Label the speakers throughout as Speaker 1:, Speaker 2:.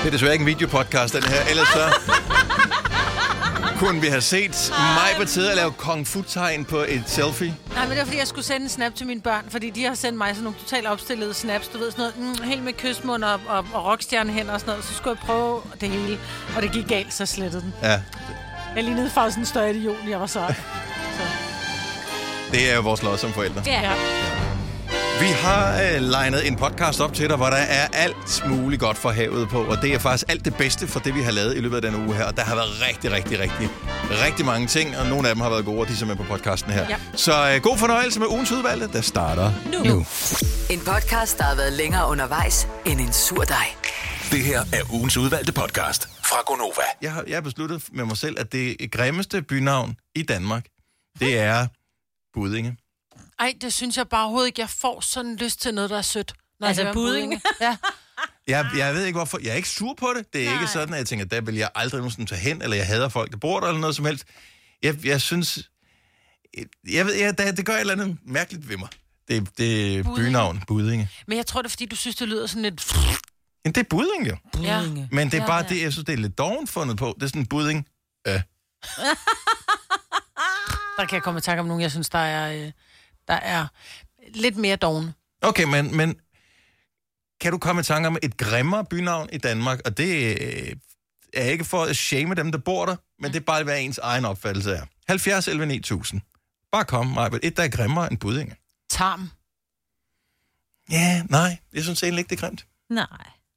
Speaker 1: Det er desværre ikke en videopodcast, den her. Ellers så kunne vi have set mig på tide at lave kung fu-tegn på et selfie.
Speaker 2: Nej, men det var, fordi jeg skulle sende en snap til mine børn, fordi de har sendt mig sådan nogle totalt opstillede snaps. Du ved, sådan noget, mm, helt med kysmund og, og, og rockstjernehænder og sådan noget. Så skulle jeg prøve det hele, og det gik galt, så slettede den.
Speaker 1: Ja,
Speaker 2: Jeg lignede faktisk en større idiot, end jeg var sej. så.
Speaker 1: det er jo vores lod som forældre.
Speaker 3: Ja.
Speaker 2: Ja.
Speaker 1: Vi har øh, legnet en podcast op til dig, hvor der er alt muligt godt for havet på, og det er faktisk alt det bedste for det, vi har lavet i løbet af denne uge her. Og der har været rigtig, rigtig, rigtig, rigtig mange ting, og nogle af dem har været gode, og de er så med på podcasten her.
Speaker 2: Ja.
Speaker 1: Så øh, god fornøjelse med ugens udvalgte, der starter nu. nu.
Speaker 4: En podcast, der har været længere undervejs end en sur dej.
Speaker 5: Det her er ugens udvalgte podcast fra Gonova.
Speaker 1: Jeg har jeg har besluttet med mig selv, at det grimmeste bynavn i Danmark,
Speaker 2: Hm.
Speaker 1: det er Budinge.
Speaker 2: Ej, det synes jeg bare overhovedet ikke. Jeg får sådan lyst til noget, der er sødt. Når
Speaker 3: Altså
Speaker 2: jeg hører
Speaker 3: budding.
Speaker 2: budding. Ja.
Speaker 1: Jeg,
Speaker 2: Ah.
Speaker 1: jeg ved ikke hvorfor. Jeg er ikke sur på det. Det er Nej. ikke sådan, at jeg tænker, der vil jeg aldrig nogensinde tage hen, eller jeg hader folk, der bor der, eller noget som helst. Jeg, jeg synes... Jeg ved, jeg, det, det gør et eller andet mærkeligt ved mig. Det, det er bynavn, Budinge.
Speaker 2: Men jeg tror, det er, fordi du synes, det lyder sådan lidt...
Speaker 1: Men det er Budinge jo.
Speaker 2: Ja.
Speaker 1: Men det er
Speaker 2: Ja,
Speaker 1: bare
Speaker 2: ja.
Speaker 1: det, jeg synes, det er lidt doven fundet på. Det er sådan Buding. Øh.
Speaker 2: Der kan jeg komme i tanke om nogen, jeg synes, der er, øh, der er lidt mere dogne.
Speaker 1: Okay, men, men kan du komme i tanke om et grimmere bynavn i Danmark? Og det øh, er ikke for at shame dem, der bor der, men det er bare, hvad ens egen opfattelse er. 70 11 9000. Bare kom, Majbet. Et, der er grimmere end Budinge.
Speaker 2: Tarm.
Speaker 1: Ja, nej. Jeg synes egentlig ikke, det er grimt.
Speaker 3: Nej.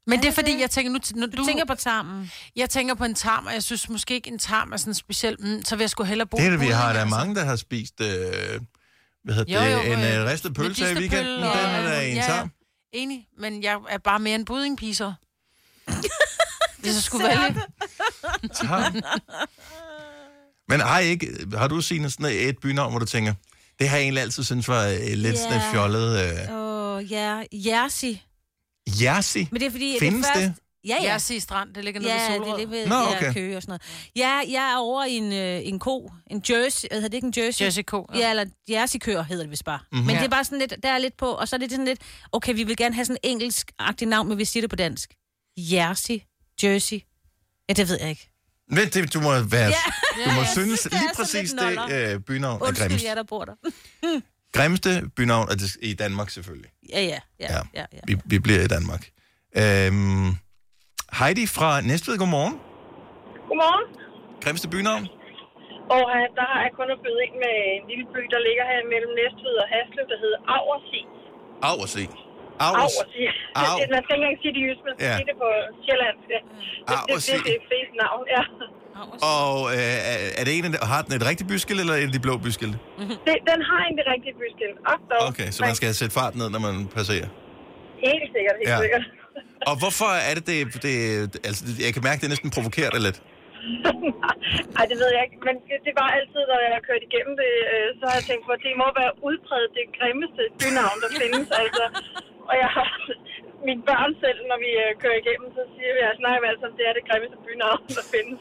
Speaker 2: Men det er fordi, jeg tænker nu... nu
Speaker 3: Du tænker på tarmen.
Speaker 2: Jeg tænker på en tarm, og jeg synes måske ikke, en tarm er sådan speciel. Mm, så vil jeg sgu hellere bo
Speaker 1: Det er
Speaker 2: i
Speaker 1: det, vi
Speaker 2: Buddinge,
Speaker 1: har. Der er
Speaker 2: altså.
Speaker 1: mange, der har spist øh, hvad
Speaker 2: Jo,
Speaker 1: hedder
Speaker 2: jo,
Speaker 1: det, en
Speaker 2: øh,
Speaker 1: øh, ristet pølse i
Speaker 2: medisterpølle
Speaker 1: weekenden. Den
Speaker 2: og-
Speaker 1: er der en
Speaker 2: ja, ja.
Speaker 1: tarm.
Speaker 2: Enig, men jeg er bare mere en buddingpiser. Hvis jeg skulle vælge.
Speaker 1: tarm. Men har, I ikke, har du, Signe, sådan et bynavn, hvor du tænker, det har jeg egentlig altid synes var øh, lidt yeah. sådan et
Speaker 3: Ja.
Speaker 1: fjollet... Øh,
Speaker 3: Åh, ja. Jersi.
Speaker 1: Jersey?
Speaker 3: Men det er fordi... at
Speaker 1: Findes
Speaker 3: det?
Speaker 1: det?
Speaker 3: Først... Ja, ja.
Speaker 2: Jeg siger strand, det ligger nede
Speaker 3: Ja,
Speaker 2: ja, ved
Speaker 3: det er
Speaker 2: Solrød.
Speaker 3: det med
Speaker 1: Nå,
Speaker 3: Nå, okay.
Speaker 1: okay.
Speaker 3: ja, kø og sådan noget. Ja, jeg er over i en, øh, en ko, en jersey, hvad hedder det ikke en jersey?
Speaker 2: Jersey ko, ja.
Speaker 3: Ja, eller jerseykøer hedder det vist bare.
Speaker 1: Mhm.
Speaker 3: Mm-hmm. Men
Speaker 2: Ja.
Speaker 3: det er bare sådan lidt, der er lidt på, og så er det sådan lidt, okay, vi vil gerne have sådan en engelsk-agtig navn, men vi siger det på dansk. Jersey, jersey. Ja, det ved jeg ikke.
Speaker 1: Vent, det, du må være... Du må
Speaker 3: jeg
Speaker 1: synes
Speaker 3: synes, det er
Speaker 1: lige
Speaker 3: så
Speaker 1: præcis
Speaker 3: lidt
Speaker 1: det øh, bynavn er
Speaker 3: Undskyld
Speaker 1: grimmest.
Speaker 3: jer, der bor der.
Speaker 1: Grimmeste bynavn er det, i Danmark selvfølgelig.
Speaker 3: Ja, ja, ja,
Speaker 1: Ja.
Speaker 3: ja. ja, ja.
Speaker 1: Vi, vi bliver i Danmark. Øhm, Heidi fra Næstved, godmorgen.
Speaker 6: Godmorgen.
Speaker 1: Grimmeste bynavn?
Speaker 6: Og øh, der har jeg kun at byde ind med en lille by, der ligger her mellem Næstved og Haslev, der hedder Aversi.
Speaker 1: Aversi. Avers.
Speaker 6: Aversi.
Speaker 1: Au.
Speaker 6: Man skal ikke engang sige det i jysk, man skal
Speaker 1: Ja.
Speaker 6: ja. sige det på sjællandsk. Ja. Det, det,
Speaker 1: Aversi.
Speaker 6: det, det er et fedt navn, ja.
Speaker 1: Og øh, er- er det en, af de- har den et rigtigt byskilt, eller en af de blå byskilte?
Speaker 6: Det, den har egentlig rigtig byskilt. Og dog.
Speaker 1: Okay, så man skal sætte fart ned, når man passerer.
Speaker 6: Helt sikkert, helt
Speaker 1: Ja.
Speaker 6: ja. sikkert.
Speaker 1: Og hvorfor er det det... det altså, jeg kan mærke, det næsten provokerer dig lidt.
Speaker 6: Ej, det ved jeg ikke. Men det, det var altid, når jeg har kørt igennem det, øh, så har jeg tænkt på, at det må være udpræget det grimmeste bynavn, der findes. Altså. Og jeg har mine børn selv, når vi øh, kører igennem, så siger vi, at snakker vi altså, om, det er det grimmeste bynavn, der findes.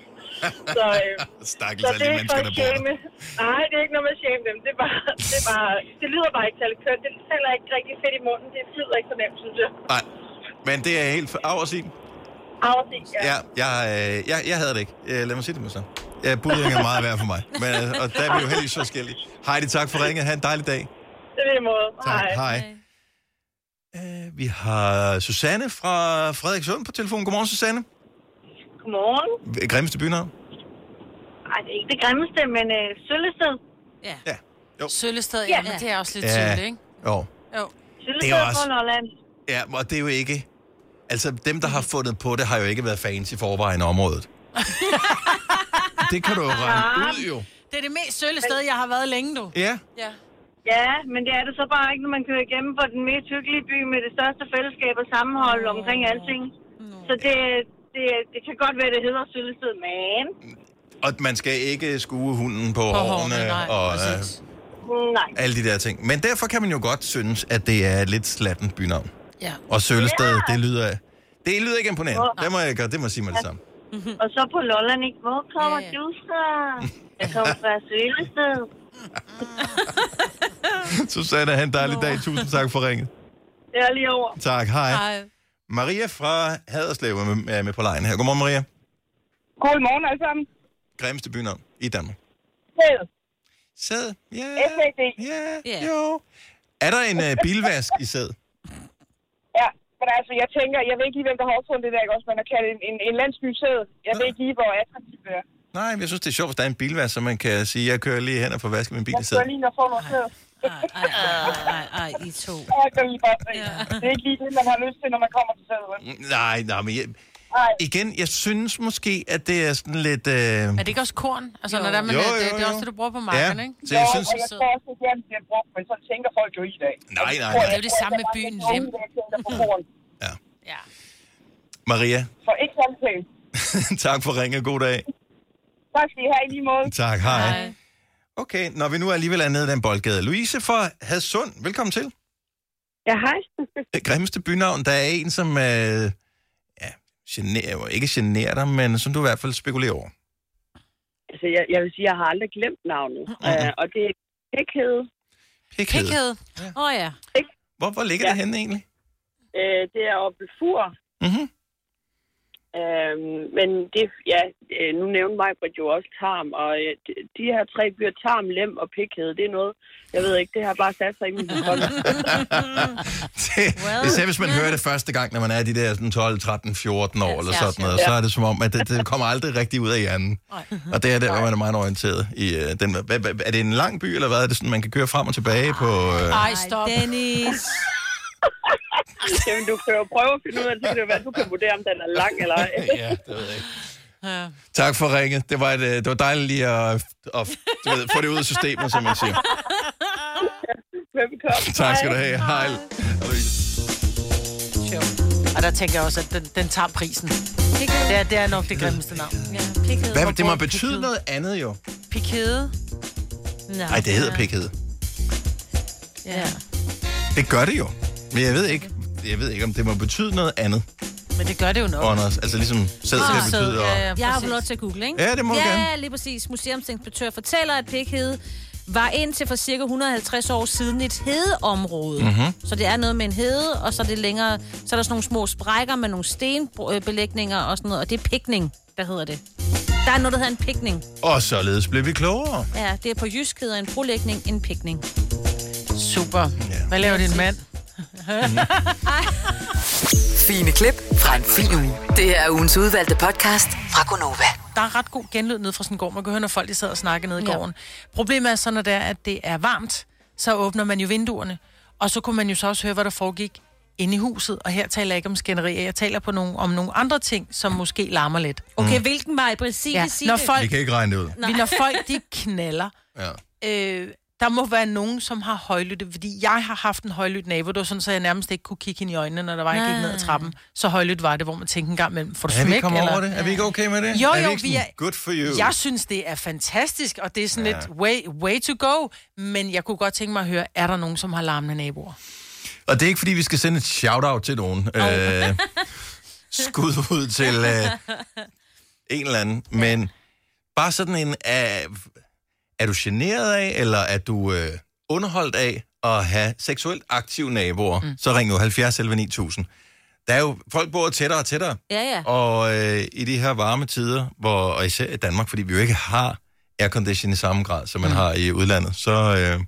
Speaker 6: Så, øh,
Speaker 1: Stakkels
Speaker 6: så
Speaker 1: alle de
Speaker 6: det er ikke
Speaker 1: mennesker,
Speaker 6: for
Speaker 1: der
Speaker 6: at
Speaker 1: bor
Speaker 6: shame.
Speaker 1: der.
Speaker 6: Nej, det er ikke noget med at shame dem. Det, er bare, det, er bare, det lyder bare ikke særlig kønt. Det falder ikke rigtig fedt i munden. Det flyder ikke så nemt, synes jeg.
Speaker 1: Nej, men det er helt aversigt.
Speaker 6: Afsigt, ja.
Speaker 1: Ja, jeg, øh, jeg, jeg havde det ikke. Øh, lad mig sige det med så. Ja, budding er meget værd for mig. Men, øh, og der er vi jo heldigvis forskellige. Heidi, tak for ringet. Ha' en dejlig dag.
Speaker 6: Det er lige måde.
Speaker 1: Tak.
Speaker 6: Hej.
Speaker 1: Hej. Øh, vi har Susanne fra Frederikssund på telefonen. Godmorgen, Susanne.
Speaker 6: Godmorgen.
Speaker 1: Grimmeste bynavn?
Speaker 6: Ej, det er ikke det grimmeste, men øh, Søllested.
Speaker 3: ja.
Speaker 1: Ja. Jo.
Speaker 2: Søllested, ja, men det er også lidt
Speaker 1: Ja.
Speaker 2: ja. ikke?
Speaker 1: Jo.
Speaker 2: Jo.
Speaker 6: Søllested
Speaker 1: Det er også-
Speaker 6: på Lolland.
Speaker 1: Ja, og det er jo ikke... Altså, dem, der har fundet på det, har jo ikke været fans i forvejen af området. det kan du jo regne ud, jo.
Speaker 2: Ah. Det er det mest søllested, jeg har været længe, du.
Speaker 1: Ja.
Speaker 2: Ja.
Speaker 6: Ja, men det er det så bare ikke, når man kører igennem for den mest hyggelige by med det største fællesskab og sammenhold omkring alting. Så det, det, det kan godt være, det hedder Søllested, men
Speaker 1: Og man skal ikke skue hunden på,
Speaker 2: På
Speaker 1: hårene,
Speaker 2: hårene, nej,
Speaker 1: og øh,
Speaker 2: præcis.
Speaker 6: nej.
Speaker 1: alle de der ting. Men derfor kan man jo godt synes, at det er et lidt slatten bynavn.
Speaker 2: Ja.
Speaker 1: Og Sølested, det lyder... Det lyder ikke imponerende. Det må jeg gøre, det må jeg sige med det samme.
Speaker 6: Og så på Lolland, ikke? Hvor kommer
Speaker 2: Mhm. Ja, ja.
Speaker 6: du fra? Jeg kommer fra Søllested.
Speaker 1: Susanne, have en dejlig dag. Tusind tak for ringet.
Speaker 6: Det er lige over.
Speaker 1: Tak, hej.
Speaker 2: Ej.
Speaker 1: Maria fra Haderslev er med, er med på lejen her. Godmorgen, Maria.
Speaker 6: Godmorgen alle sammen.
Speaker 1: Grimmeste bynavn i Danmark.
Speaker 6: Sæd.
Speaker 1: Sæd? Ja.
Speaker 6: SAD.
Speaker 1: Ja,
Speaker 3: Ja.
Speaker 1: jo. Er der en øh, bilvask i sæd?
Speaker 6: Ja, men altså, jeg tænker, jeg ved ikke lige, hvem der har opfundet det der, ikke også? Man har kaldt en, en, en landsbysæd. Jeg ved
Speaker 1: Nej.
Speaker 6: ikke lige, hvor attraktivt det er.
Speaker 1: Nej, men jeg synes, det er sjovt, hvis der er en bilvask, så man kan sige, jeg kører lige hen og får vasket min bil
Speaker 6: Jeg
Speaker 1: i sæd.
Speaker 6: skal lige ind og få noget sæd.
Speaker 3: Ej, ej, ej, ej, ej, I to.
Speaker 6: Jeg kan lige bare se. Det er ikke lige det, man har lyst til, når man kommer til sædet.
Speaker 1: Mm, Nej, nej, men jeg,
Speaker 6: Nej,
Speaker 1: igen, jeg synes måske, at det er sådan lidt... Øh,
Speaker 2: Er det ikke også korn? Altså, når der, man,
Speaker 1: Jo,
Speaker 2: det,
Speaker 1: jo,
Speaker 2: det, er
Speaker 1: jo.
Speaker 2: også det, du bruger på marken,
Speaker 1: ja,
Speaker 2: ikke?
Speaker 1: så jeg
Speaker 6: Jo,
Speaker 1: synes...
Speaker 6: og jeg tror også, at det er, det bliver brugt, men så tænker folk jo ikke i dag.
Speaker 1: Nej, nej,
Speaker 6: Og
Speaker 1: nej.
Speaker 6: jeg
Speaker 1: Det
Speaker 2: er jo det
Speaker 6: tror,
Speaker 2: samme med
Speaker 6: der mange
Speaker 2: byen,
Speaker 6: unge,
Speaker 2: Lem.
Speaker 6: der tænker på korn.
Speaker 1: Ja.
Speaker 2: Ja.
Speaker 1: Maria,
Speaker 6: Så ikke sådan pænt.
Speaker 1: tak for ringet. God dag.
Speaker 6: Tak skal I have i lige måde.
Speaker 1: Tak, hej. hej. Okay, når vi nu alligevel er nede i den boldgade. Louise fra Hadsund, velkommen til.
Speaker 6: Ja, hej.
Speaker 1: Det grimmeste bynavn, der er en, som øh, ja, generer, jo ikke generer dig, men som du i hvert fald spekulerer over.
Speaker 6: Altså, jeg, jeg vil sige, jeg har aldrig glemt navnet. Uh, og det er Pækhede.
Speaker 1: Pikhed.
Speaker 3: Pikhed. Åh oh, ja.
Speaker 1: Hvor, hvor ligger ja.
Speaker 6: Ja.
Speaker 1: det henne egentlig?
Speaker 6: Uh, det er oppe ved Fur.
Speaker 1: Mm-hmm.
Speaker 6: Uh, men det, ja, øh, nu nævnte mig, at jo også Tarm. Og øh, de, de her tre byer, Tarm, Lem og Pækhede, det er noget, jeg ved ikke, det har bare sat sig i min hukommelse.
Speaker 1: Well. Især hvis man hører det første gang, når man er de der sådan 12, 13, 14 år eller
Speaker 3: ja,
Speaker 1: sådan noget, så er det som om, at det, det kommer aldrig rigtig ud af hjernen. Og det er der, hvor man er meget orienteret. I, øh, den, hvad, hvad, er det en lang by, eller hvad? Er det sådan, man kan køre frem og tilbage på... Øh,
Speaker 2: Ej, stop.
Speaker 3: Dennis.
Speaker 6: Jamen, du kan jo prøve at finde ud af, det kan det jo være, du kan vurdere, om den er lang eller ej.
Speaker 1: ja, det ved jeg ikke. Tak for ringet. Det var, et, øh, det var dejligt lige at, at du ved, få det ud af systemet, som man siger.
Speaker 6: Velbekomme.
Speaker 1: Tak skal du have. Hej. Louise.
Speaker 2: Og der tænker jeg også, at den, den tager prisen. Det er, det er nok det grimmeste navn.
Speaker 3: Ja, pikhed.
Speaker 1: Hvad, det må betyde noget andet jo.
Speaker 2: Pikede.
Speaker 3: Nej,
Speaker 1: Nej, det hedder pikhed.
Speaker 3: Ja.
Speaker 1: Det gør det jo. Men jeg ved ikke, jeg ved ikke om det må betyde noget andet,
Speaker 2: Men det gør det jo nok.
Speaker 1: Anders. Altså ligesom sæd
Speaker 3: Ah,
Speaker 1: kan
Speaker 2: Så,
Speaker 1: betyde... Og...
Speaker 2: ja, ja,
Speaker 3: Jeg har jo
Speaker 2: præcis.
Speaker 3: lov til at google, ikke?
Speaker 1: Ja, det må du
Speaker 3: ja,
Speaker 1: gerne.
Speaker 3: lige præcis. Museumsinspektør fortæller, at pikhed var indtil for cirka 150 år siden et hedeområde.
Speaker 1: Mhm.
Speaker 3: Mm-hmm. Så det er noget med en hede, og så er, det længere, så er der sådan nogle små sprækker med nogle stenbelægninger og sådan noget, og det er pikning, der hedder det. Der er noget, der hedder en pikning.
Speaker 1: Og således blev vi klogere.
Speaker 3: Ja, det er på jysk hedder en brolægning en pikning.
Speaker 2: Super. Hvad laver din mand?
Speaker 4: Fine klip fra en fin uge. Det er ugens udvalgte podcast fra Gonova.
Speaker 2: der er ret god genlyd nede fra sådan en gård. Man kan høre, når folk de sidder og snakker nede i
Speaker 3: Ja.
Speaker 2: gården. Problemet er så, når det er, at det er varmt, så åbner man jo vinduerne. Og så kunne man jo så også høre, hvad der foregik inde i huset. Og her taler jeg ikke om skænderier. Jeg taler på nogle, om nogle andre ting, som måske larmer lidt.
Speaker 3: Okay, hvilken vej? Præcis,
Speaker 2: Ja.
Speaker 3: ja. sig
Speaker 2: Når,
Speaker 3: det.
Speaker 1: Vi
Speaker 2: folk,
Speaker 1: kan ikke regne det ud.
Speaker 2: vi, når folk, de knaller,
Speaker 1: Ja.
Speaker 2: øh, der må være nogen, som har højlytte, fordi jeg har haft en højlydt nabo, det var sådan, så jeg nærmest ikke kunne kigge hende i øjnene, når der var, jeg gik ned ad trappen. Så højlydt var det, hvor man tænkte en gang imellem, får du
Speaker 1: Er vi
Speaker 2: smæk?
Speaker 1: kommet
Speaker 2: eller-
Speaker 1: over det? Er vi ikke okay med det?
Speaker 2: Jo,
Speaker 1: er vi
Speaker 2: jo,
Speaker 1: ikke
Speaker 2: vi
Speaker 1: sådan,
Speaker 2: er-
Speaker 1: Good for you.
Speaker 2: Jeg synes, det er fantastisk, og det er sådan ja. lidt way, way to go. Men jeg kunne godt tænke mig at høre, er der nogen, som har larmende naboer?
Speaker 1: Og det er ikke, fordi vi skal sende et shout-out til nogen. Øh, skud ud til øh, en eller anden. Men bare sådan en... Er, er du generet af, eller er du øh, underholdt af at have seksuelt aktive naboer? Mm. Så ring jo 70 11 9000. Der er jo... Folk bor tættere og tættere.
Speaker 3: Ja, ja.
Speaker 1: Og øh, i de her varme tider, hvor, og især i Danmark, fordi vi jo ikke har aircondition i samme grad, som man mm. har i udlandet, så, øh,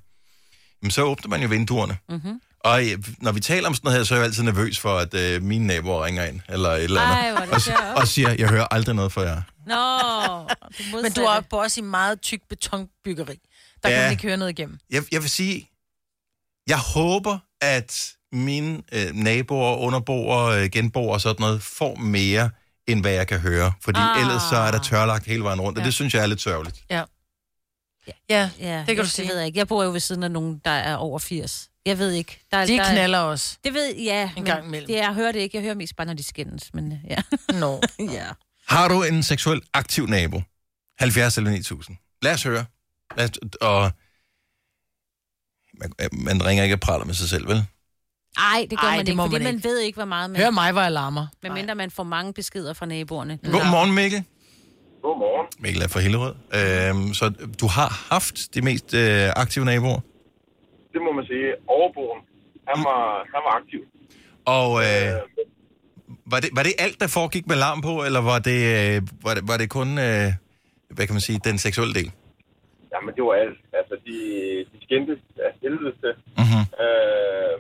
Speaker 1: jamen, så åbner man jo vinduerne.
Speaker 7: Mhm.
Speaker 1: Mm-hmm. Og øh, når vi taler om sådan noget her, så er jeg jo altid nervøs for, at øh, mine naboer ringer ind, eller et eller andet,
Speaker 3: Ej, hvor er det
Speaker 1: og, s-
Speaker 3: sjovt.
Speaker 1: og siger, jeg hører aldrig noget fra jer.
Speaker 3: Nå, det
Speaker 2: Men du er på også i meget tyk betonbyggeri. Der ja.
Speaker 1: Ja.
Speaker 2: kan man ikke høre noget igennem.
Speaker 1: Jeg, jeg vil sige, jeg håber, at mine øh, naboer, underboere, øh, genboer og sådan noget, får mere, end hvad jeg kan høre. Fordi ah.
Speaker 3: Ah.
Speaker 1: ellers så er der tørlagt hele vejen rundt, og det synes jeg er lidt sørgeligt.
Speaker 2: Ja. Ja,
Speaker 3: Ja,
Speaker 2: det kan du
Speaker 3: det
Speaker 2: sige.
Speaker 3: ved jeg ikke. Jeg bor jo ved siden af nogen, der er over 80. Jeg ved ikke. Der,
Speaker 2: De
Speaker 3: der,
Speaker 2: knaller også.
Speaker 3: Det ved ja. men
Speaker 2: gang imellem.
Speaker 3: Det, jeg hører det ikke. Jeg hører mest bare, når de skændes. Men øh, ja.
Speaker 2: Nå.
Speaker 3: ja.
Speaker 1: Har du en seksuelt aktiv nabo? 70 eller 9000. Lad os høre. Lad os, og man, øh, man ringer ikke og praler med sig selv, vel?
Speaker 3: Ej, det gør
Speaker 2: Ej,
Speaker 3: man
Speaker 2: det
Speaker 3: ikke,
Speaker 2: må
Speaker 3: fordi
Speaker 2: man
Speaker 3: man,
Speaker 2: ikke.
Speaker 3: ved ikke, hvor meget man...
Speaker 2: Hør mig, hvor jeg larmer.
Speaker 3: Medmindre man får mange beskeder fra naboerne.
Speaker 1: Godmorgen, Mikkel.
Speaker 7: Godmorgen.
Speaker 1: Mikkel er fra Hillerød. Øhm, så du har haft de mest øh, aktive naboer.
Speaker 7: Det må man sige. Overboen, han var, han var aktiv.
Speaker 1: Og øh, Var det, var det alt, der foregik med larm på, eller var det, øh, var det, var det kun, øh, hvad kan man sige, den seksuelle del?
Speaker 7: Jamen, det var alt. Altså, de, de skændtes af helvede til.
Speaker 1: Mhm.
Speaker 7: Øh,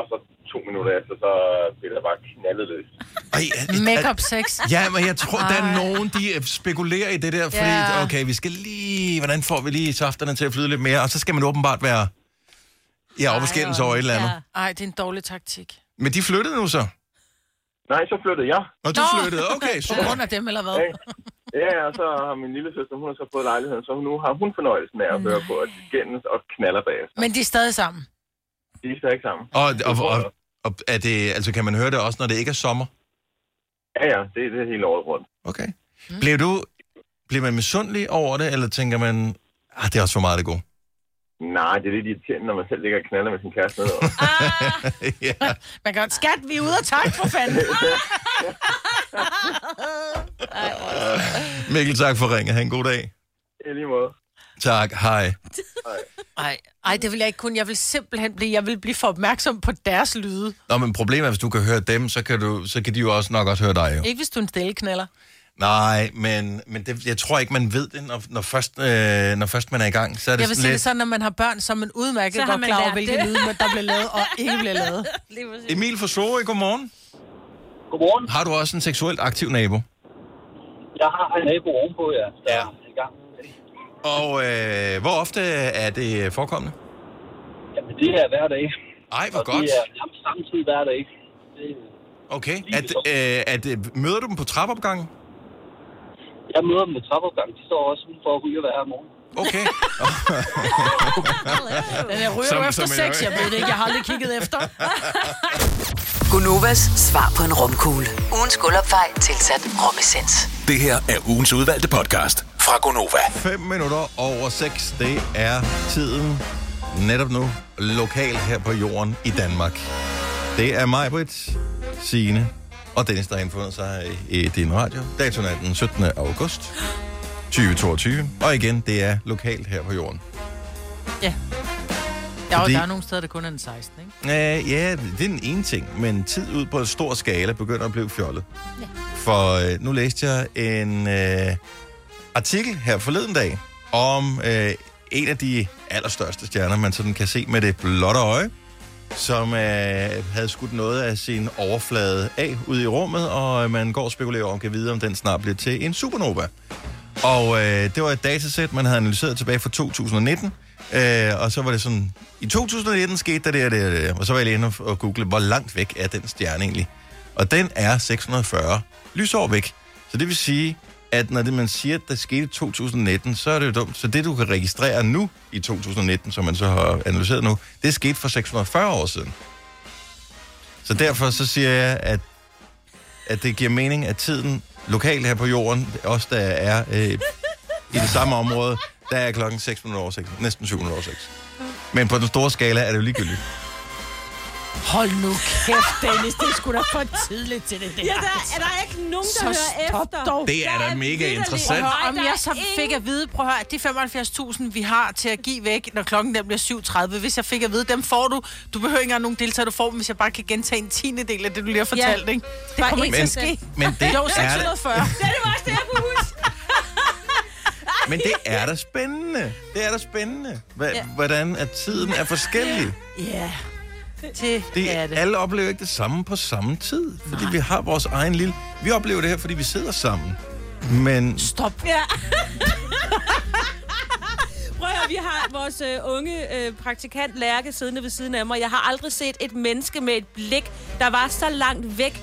Speaker 7: og så to minutter efter, så blev der bare knaldet løs.
Speaker 1: Ej, er- er-
Speaker 2: Makeup sex.
Speaker 1: Ja, men jeg tror, der er
Speaker 2: Ej.
Speaker 1: nogen, de øh, spekulerer i det der, fordi,
Speaker 2: Ja.
Speaker 1: okay, vi skal lige, hvordan får vi lige safterne til at flyde lidt mere, og så skal man åbenbart være, ja, oppe skændes over et eller andet.
Speaker 3: Ja.
Speaker 2: Ej, det er en dårlig taktik.
Speaker 1: Men de flyttede nu så.
Speaker 7: Nej, så flyttede jeg.
Speaker 1: Nå, du
Speaker 2: Nå.
Speaker 1: flyttede, okay,
Speaker 2: På
Speaker 1: super.
Speaker 2: grund af dem, eller hvad?
Speaker 7: Ja. Ja, og så har min lille søster, hun har så fået lejligheden, så nu har hun fornøjelsen af at høre på, at de skændes og knaller bagefter.
Speaker 2: Men de er stadig sammen.
Speaker 7: De er ikke sammen.
Speaker 1: Og, og, og, og er det, altså, kan man høre det også, når det ikke er sommer?
Speaker 7: Ja, ja, det, det er helt året rundt.
Speaker 1: Okay. Mm. Blev du, bliver man misundelig over det, eller tænker man, ah, det er også for meget det gode?
Speaker 7: Nej, det er lidt irriterende, når man selv ligger og knaller med sin kæreste. nedover.
Speaker 1: ja.
Speaker 2: Man kan godt, skat, vi er ude og tak for fanden.
Speaker 1: Mikkel, tak for ringet. Ha' en god dag.
Speaker 7: I lige måde.
Speaker 1: Tak, hej.
Speaker 2: Ej, ej, det vil jeg ikke kunne. Jeg vil simpelthen blive, jeg vil blive for opmærksom på deres lyde.
Speaker 1: Nå, men problemet er, hvis du kan høre dem, så kan, du, så kan de jo også nok også høre dig. Jo.
Speaker 2: Ikke hvis du er en stille knaller.
Speaker 1: Nej, men, men det, jeg tror ikke, man ved det, når, når, først, øh, når først man er i gang. Så er det
Speaker 2: Jeg vil sige
Speaker 1: sådan
Speaker 2: det
Speaker 1: lidt...
Speaker 2: sådan, når man har børn, så er man udmærket
Speaker 3: Så har
Speaker 2: godt
Speaker 3: man
Speaker 2: klar over,
Speaker 3: lært
Speaker 2: hvilke
Speaker 3: det.
Speaker 2: lyde man- der bliver lavet og ikke bliver lavet.
Speaker 3: Lige præcis.
Speaker 1: Emil fra Sorø, godmorgen.
Speaker 8: Godmorgen.
Speaker 1: Har du også en seksuelt aktiv nabo?
Speaker 8: Jeg har en nabo ovenpå, ja. Der ja. Er i gang.
Speaker 1: Og øh, hvor ofte er det forekommende?
Speaker 8: Jamen, det er hver dag.
Speaker 1: Ej, hvor
Speaker 8: og
Speaker 1: godt.
Speaker 8: det er nærmest samtidig hver dag. Det-
Speaker 1: Okay. At, øh, at, øh, møder du dem på trappeopgangen?
Speaker 8: Jeg møder dem ved trappopgang. De står også udenfor og ryger hver morgen.
Speaker 1: Okay.
Speaker 2: Men jeg ryger
Speaker 1: Som-
Speaker 2: som, efter
Speaker 1: som en
Speaker 2: sex,
Speaker 1: øje.
Speaker 2: jeg ved det ikke. Jeg har aldrig kigget efter.
Speaker 4: Gunovas svar på en romkugle. Ugens guldopfej tilsat romessens.
Speaker 5: Det her er ugens udvalgte podcast fra Gonova.
Speaker 1: 5 minutter over 6, det er tiden netop nu, lokal her på jorden i Danmark. Det er mig, Britt, Signe og Dennis, der har indfundet sig i din radio. Datoen er den 17. august 2022. Og igen, det er lokalt her på jorden.
Speaker 2: Ja, og
Speaker 1: Fordi-
Speaker 2: der er nogle steder, der kun er den 16, ikke?
Speaker 1: Øh, ja, det er den ene ting, men tid ud på en stor skala begynder at blive fjollet. Ja. For øh, nu læste jeg en øh, artikel her forleden dag om øh, en af de allerstørste stjerner, man sådan kan se med det blotte øje, som øh, havde skudt noget af sin overflade af ud i rummet, og øh, man går og spekulerer om, kan vide, om den snart bliver til en supernova. Og øh, det var et datasæt, man havde analyseret tilbage fra 2019. Øh, og så var det sådan, i 2019 skete der det og det og det. Og så var jeg lige inde og- og google, hvor langt væk er den stjerne egentlig. Og den er 640 lysår væk. Så det vil sige, at når det, man siger, at der skete i 2019, så er det jo dumt. Så det, du kan registrere nu i 2019, som man så har analyseret nu, det skete for 640 år siden. Så derfor så siger jeg, at at det giver mening, at tiden lokalt her på jorden, os der er øh, i det samme område, der er klokken 6 minutter over 6, næsten 7 minutter over 6. Men på den store skala er det jo ligegyldigt.
Speaker 2: Hold nu kæft, Dennis. Det skulle da for tidligt til det Altså. der.
Speaker 3: Ja, der, er der ikke nogen, der
Speaker 2: så
Speaker 3: hører
Speaker 2: stop
Speaker 3: efter?
Speaker 2: dog.
Speaker 1: Det er da mega interessant.
Speaker 2: Og om
Speaker 3: der
Speaker 2: jeg
Speaker 3: er
Speaker 2: så
Speaker 3: ingen-
Speaker 2: fik at vide, prøv at høre, de 75.000, vi har til at give væk, når klokken den bliver 7.30, hvis jeg fik at vide, dem får du. Du behøver ikke engang nogen deltager, du får dem, hvis jeg bare kan gentage en tiende del af det, du lige har fortalt, ja. ikke? Det
Speaker 3: Bare
Speaker 2: kommer ikke til at
Speaker 3: en
Speaker 2: ske.
Speaker 1: Men det,
Speaker 2: Jo,
Speaker 1: er, da-
Speaker 2: 640.
Speaker 1: men det er da spændende. Det er da spændende, hva, hvordan at tiden er forskellig.
Speaker 2: Ja, det,
Speaker 1: Det,
Speaker 2: er det.
Speaker 1: Alle oplever ikke det samme på samme tid, fordi vi har vores egen lille... Vi oplever det her, fordi vi sidder sammen. Men
Speaker 2: Stop.
Speaker 3: Prøv at høre, vi har vores øh, unge øh, praktikant Lærke siddende ved siden af mig. Jeg har aldrig set et menneske med et blik, der var så langt væk.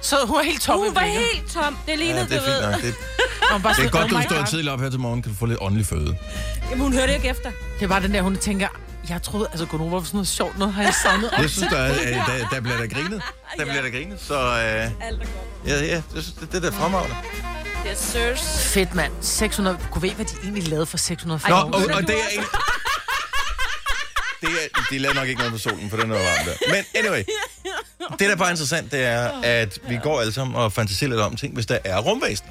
Speaker 2: Så hun er helt tom. i
Speaker 3: Hun var
Speaker 2: blikket.
Speaker 3: helt tom. Det
Speaker 1: ja,
Speaker 3: lignede,
Speaker 1: det er
Speaker 3: du ved.
Speaker 1: fint nok. Det,
Speaker 2: Hun bare
Speaker 1: det er
Speaker 2: sådan,
Speaker 1: godt,
Speaker 2: "Oh
Speaker 1: du
Speaker 2: my
Speaker 1: står
Speaker 2: God."
Speaker 1: tidligt op her til morgen, kan du få lidt åndelig føde.
Speaker 3: Jamen, hun hørte ikke efter.
Speaker 2: Det er bare den der, hun tænker, jeg troede, altså Gunnar, hvorfor sådan noget sjovt noget har jeg savnet?
Speaker 1: Jeg synes, der, er, øh, der, der bliver der grinet. Der bliver der grinet, så øh,
Speaker 3: Alt er godt.
Speaker 1: ja, ja, det, det, det der er fremragende.
Speaker 3: Yes, sirs.
Speaker 2: Fedt, mand. 600, kunne ved, hvad de egentlig lavede for 640
Speaker 1: Nå,
Speaker 2: år
Speaker 1: og,
Speaker 2: siden?
Speaker 1: og det er ikke... Det er, de lavede nok ikke noget på solen, for den er varm der. Men anyway, det der er bare interessant, det er, at vi går alle sammen og fantaserer lidt om ting, hvis der er rumvæsen.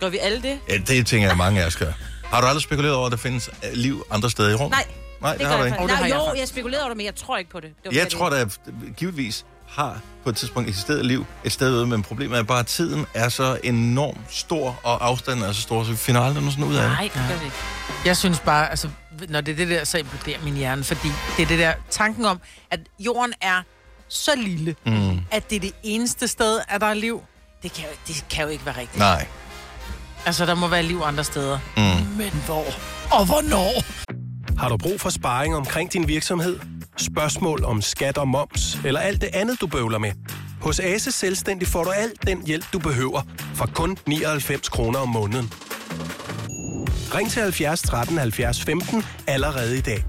Speaker 3: Gør vi alle det?
Speaker 1: Ja, det tænker jeg, mange af os gør. Har du aldrig spekuleret over, at der findes øh, liv andre steder i rummet?
Speaker 3: Nej,
Speaker 1: Nej, det,
Speaker 3: Det
Speaker 1: har
Speaker 3: gør
Speaker 1: du
Speaker 3: jeg
Speaker 1: ikke.
Speaker 2: Og
Speaker 3: faktisk.
Speaker 2: det har
Speaker 3: Nej,
Speaker 2: jeg
Speaker 3: jo,
Speaker 2: faktisk.
Speaker 3: jeg spekulerede over det, men jeg tror ikke på det. det var
Speaker 1: Jeg
Speaker 3: fordi-
Speaker 1: tror da givetvis, har på et tidspunkt eksisteret liv et sted ude, men problemet er bare, at tiden er så enormt stor, og afstanden er så stor, så vi finder aldrig nogen sådan ud af det.
Speaker 3: Nej, det gør vi ikke.
Speaker 2: Jeg synes bare, altså, når det er det der, så imploderer min hjerne, fordi det er det der tanken om, at jorden er så lille, mm. at det er det eneste sted, at der er liv. Det kan, jo, det kan jo ikke være rigtigt.
Speaker 1: Nej.
Speaker 2: Altså, der må være liv andre steder. Mm. Men hvor? Og hvornår?
Speaker 9: Har du brug for sparring omkring din virksomhed? Spørgsmål om skat og moms, eller alt det andet, du bøvler med? Hos Ase Selvstændig får du alt den hjælp, du behøver, for kun 99 kroner om måneden. Ring til 70 13 70 15 allerede i dag.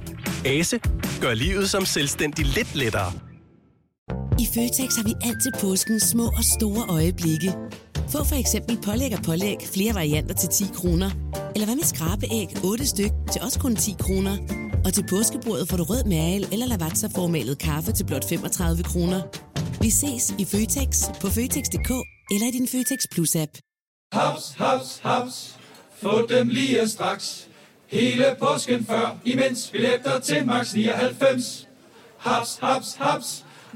Speaker 9: Ase gør livet som selvstændig lidt lettere.
Speaker 10: I Føtex har vi altid påskens små og store øjeblikke. Få for eksempel pålæg og pålæg flere varianter til 10 kroner. Eller hvad med skrabeæg 8 styk til også kun 10 kroner. Og til påskebordet får du rød mal eller lavatserformalet kaffe til blot 35 kroner. Vi ses i Føtex på Føtex.dk eller i din Føtex Plus-app.
Speaker 11: Haps, haps, haps. Få dem lige straks. Hele påsken før, imens billetter til max 99. Haps, haps, haps.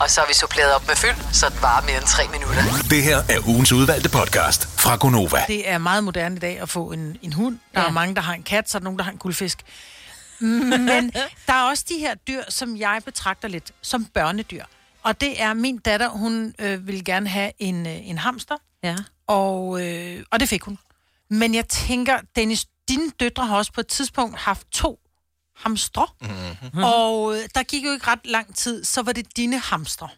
Speaker 4: Og så har vi suppleret op med fyld, så det varer mere end tre minutter.
Speaker 5: Det her er ugens udvalgte podcast fra Gonova.
Speaker 2: Det er meget moderne i dag at få en, en hund. Der ja. er mange, der har en kat, så er der nogen, der har en guldfisk. Men der er også de her dyr, som jeg betragter lidt som børnedyr. Og det er min datter, hun øh, ville gerne have en, øh, en hamster,
Speaker 3: Ja.
Speaker 2: og, øh, og det fik hun. Men jeg tænker, Dennis, dine døtre har også på et tidspunkt haft to hamstre.
Speaker 1: Mhm.
Speaker 2: Mm-hmm. Og øh, der gik jo ikke ret lang tid, så var det dine hamstre.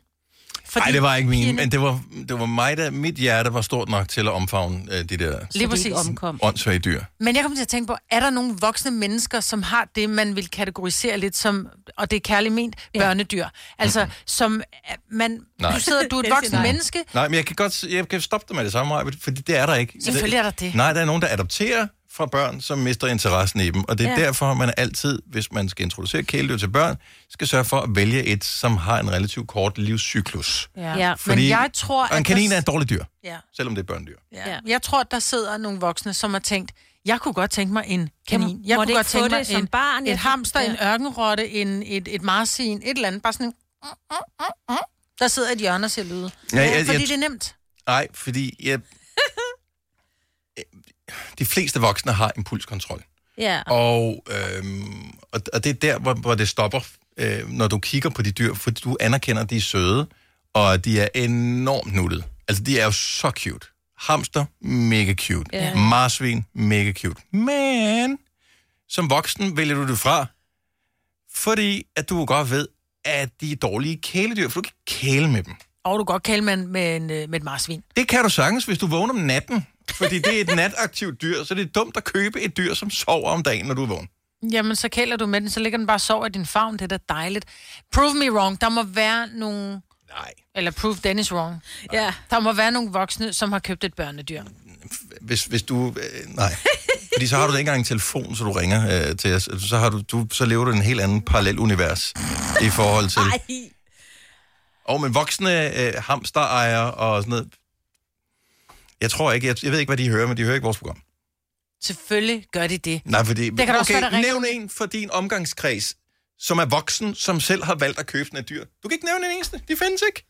Speaker 1: Nej, det var ikke min, men det var, det var mig, der mit hjerte var stort nok til at omfavne øh, de der
Speaker 3: Lige præcis.
Speaker 2: omkom.
Speaker 1: åndssvage dyr.
Speaker 2: Men jeg kommer til at tænke på, er der nogle voksne mennesker, som har det, man vil kategorisere lidt som, og det er kærligt ment, børnedyr? Altså, som øh, man...
Speaker 1: Mhm. Nej.
Speaker 2: Du sidder, du er et voksen menneske.
Speaker 1: Nej, men jeg kan godt jeg kan stoppe dig med det samme, Majbrit, fordi det er der ikke.
Speaker 2: Selvfølgelig er der det.
Speaker 1: Nej, der er nogen, der adopterer fra børn, som mister interessen i dem. Og det er ja.
Speaker 3: Ja.
Speaker 1: derfor, man altid, hvis man skal introducere kæledyr til børn, skal sørge for at vælge et, som har en relativt kort livscyklus.
Speaker 2: Ja.
Speaker 3: Ja.
Speaker 2: ja. Men jeg tror,
Speaker 1: og en kanin er et dårligt dyr,
Speaker 2: Ja.
Speaker 1: selvom det er børnedyr.
Speaker 2: Ja. Jeg tror, der sidder nogle voksne, som har tænkt, jeg kunne godt tænke mig en kanin. Jeg
Speaker 3: måtte
Speaker 2: kunne
Speaker 3: ikke
Speaker 2: godt
Speaker 3: få
Speaker 2: tænke mig
Speaker 3: det som
Speaker 2: en,
Speaker 3: barn. Jeg
Speaker 2: et
Speaker 3: fik-
Speaker 2: hamster,
Speaker 3: Ja.
Speaker 2: en ørkenrotte, en, et, et marsin, et eller andet. Bare sådan en... Der sidder et hjørne og ser lyde.
Speaker 1: Ja, jeg- jeg-
Speaker 2: fordi det er nemt.
Speaker 1: Nej, fordi jeg... Eh, De fleste voksne har impulskontrol.
Speaker 3: Ja.
Speaker 1: Og, øhm, og, og det er der, hvor, hvor det stopper, øh, når du kigger på de dyr, for du anerkender, at de er søde, og de er enormt nuttede. Altså, de er jo så cute. Hamster, mega cute.
Speaker 3: Ja.
Speaker 1: Marsvin, mega cute. Men som voksen vælger du det fra, fordi at du godt ved, at de er dårlige kæledyr, for du kan ikke kæle med dem.
Speaker 2: Og du kan godt kalde med, en- med, en, øh, med et marsvin.
Speaker 1: Det kan du sagtens, hvis du vågner om natten. Fordi det er et nataktivt dyr, så det er dumt at købe et dyr, som sover om dagen, når du er vågen.
Speaker 2: Jamen, så kæler du med den, så ligger den bare og sover i din favn. Det er da dejligt. Prove me wrong. Der må være nogle...
Speaker 1: Nej.
Speaker 2: Eller prove Dennis wrong.
Speaker 3: ja.
Speaker 2: Der må være nogle voksne, som har købt et børnedyr.
Speaker 1: Hvis, hvis du... Øh, nej. Fordi så har du ikke engang en telefon, så du ringer øh, til os. Så, har du, du, så lever du i en helt anden parallel univers i forhold til...
Speaker 3: Ej.
Speaker 1: Og med voksne øh, hamsterejere og sådan noget. Jeg tror ikke, jeg, jeg ved ikke, hvad de hører, men de hører ikke vores program.
Speaker 2: Selvfølgelig gør de det.
Speaker 1: Nej, fordi... Det
Speaker 2: kan da også
Speaker 1: okay,
Speaker 2: være, der ringer-
Speaker 1: nævn en for din omgangskreds, som er voksen, som selv har valgt at købe den af dyr. Du kan ikke nævne en eneste. De findes ikke.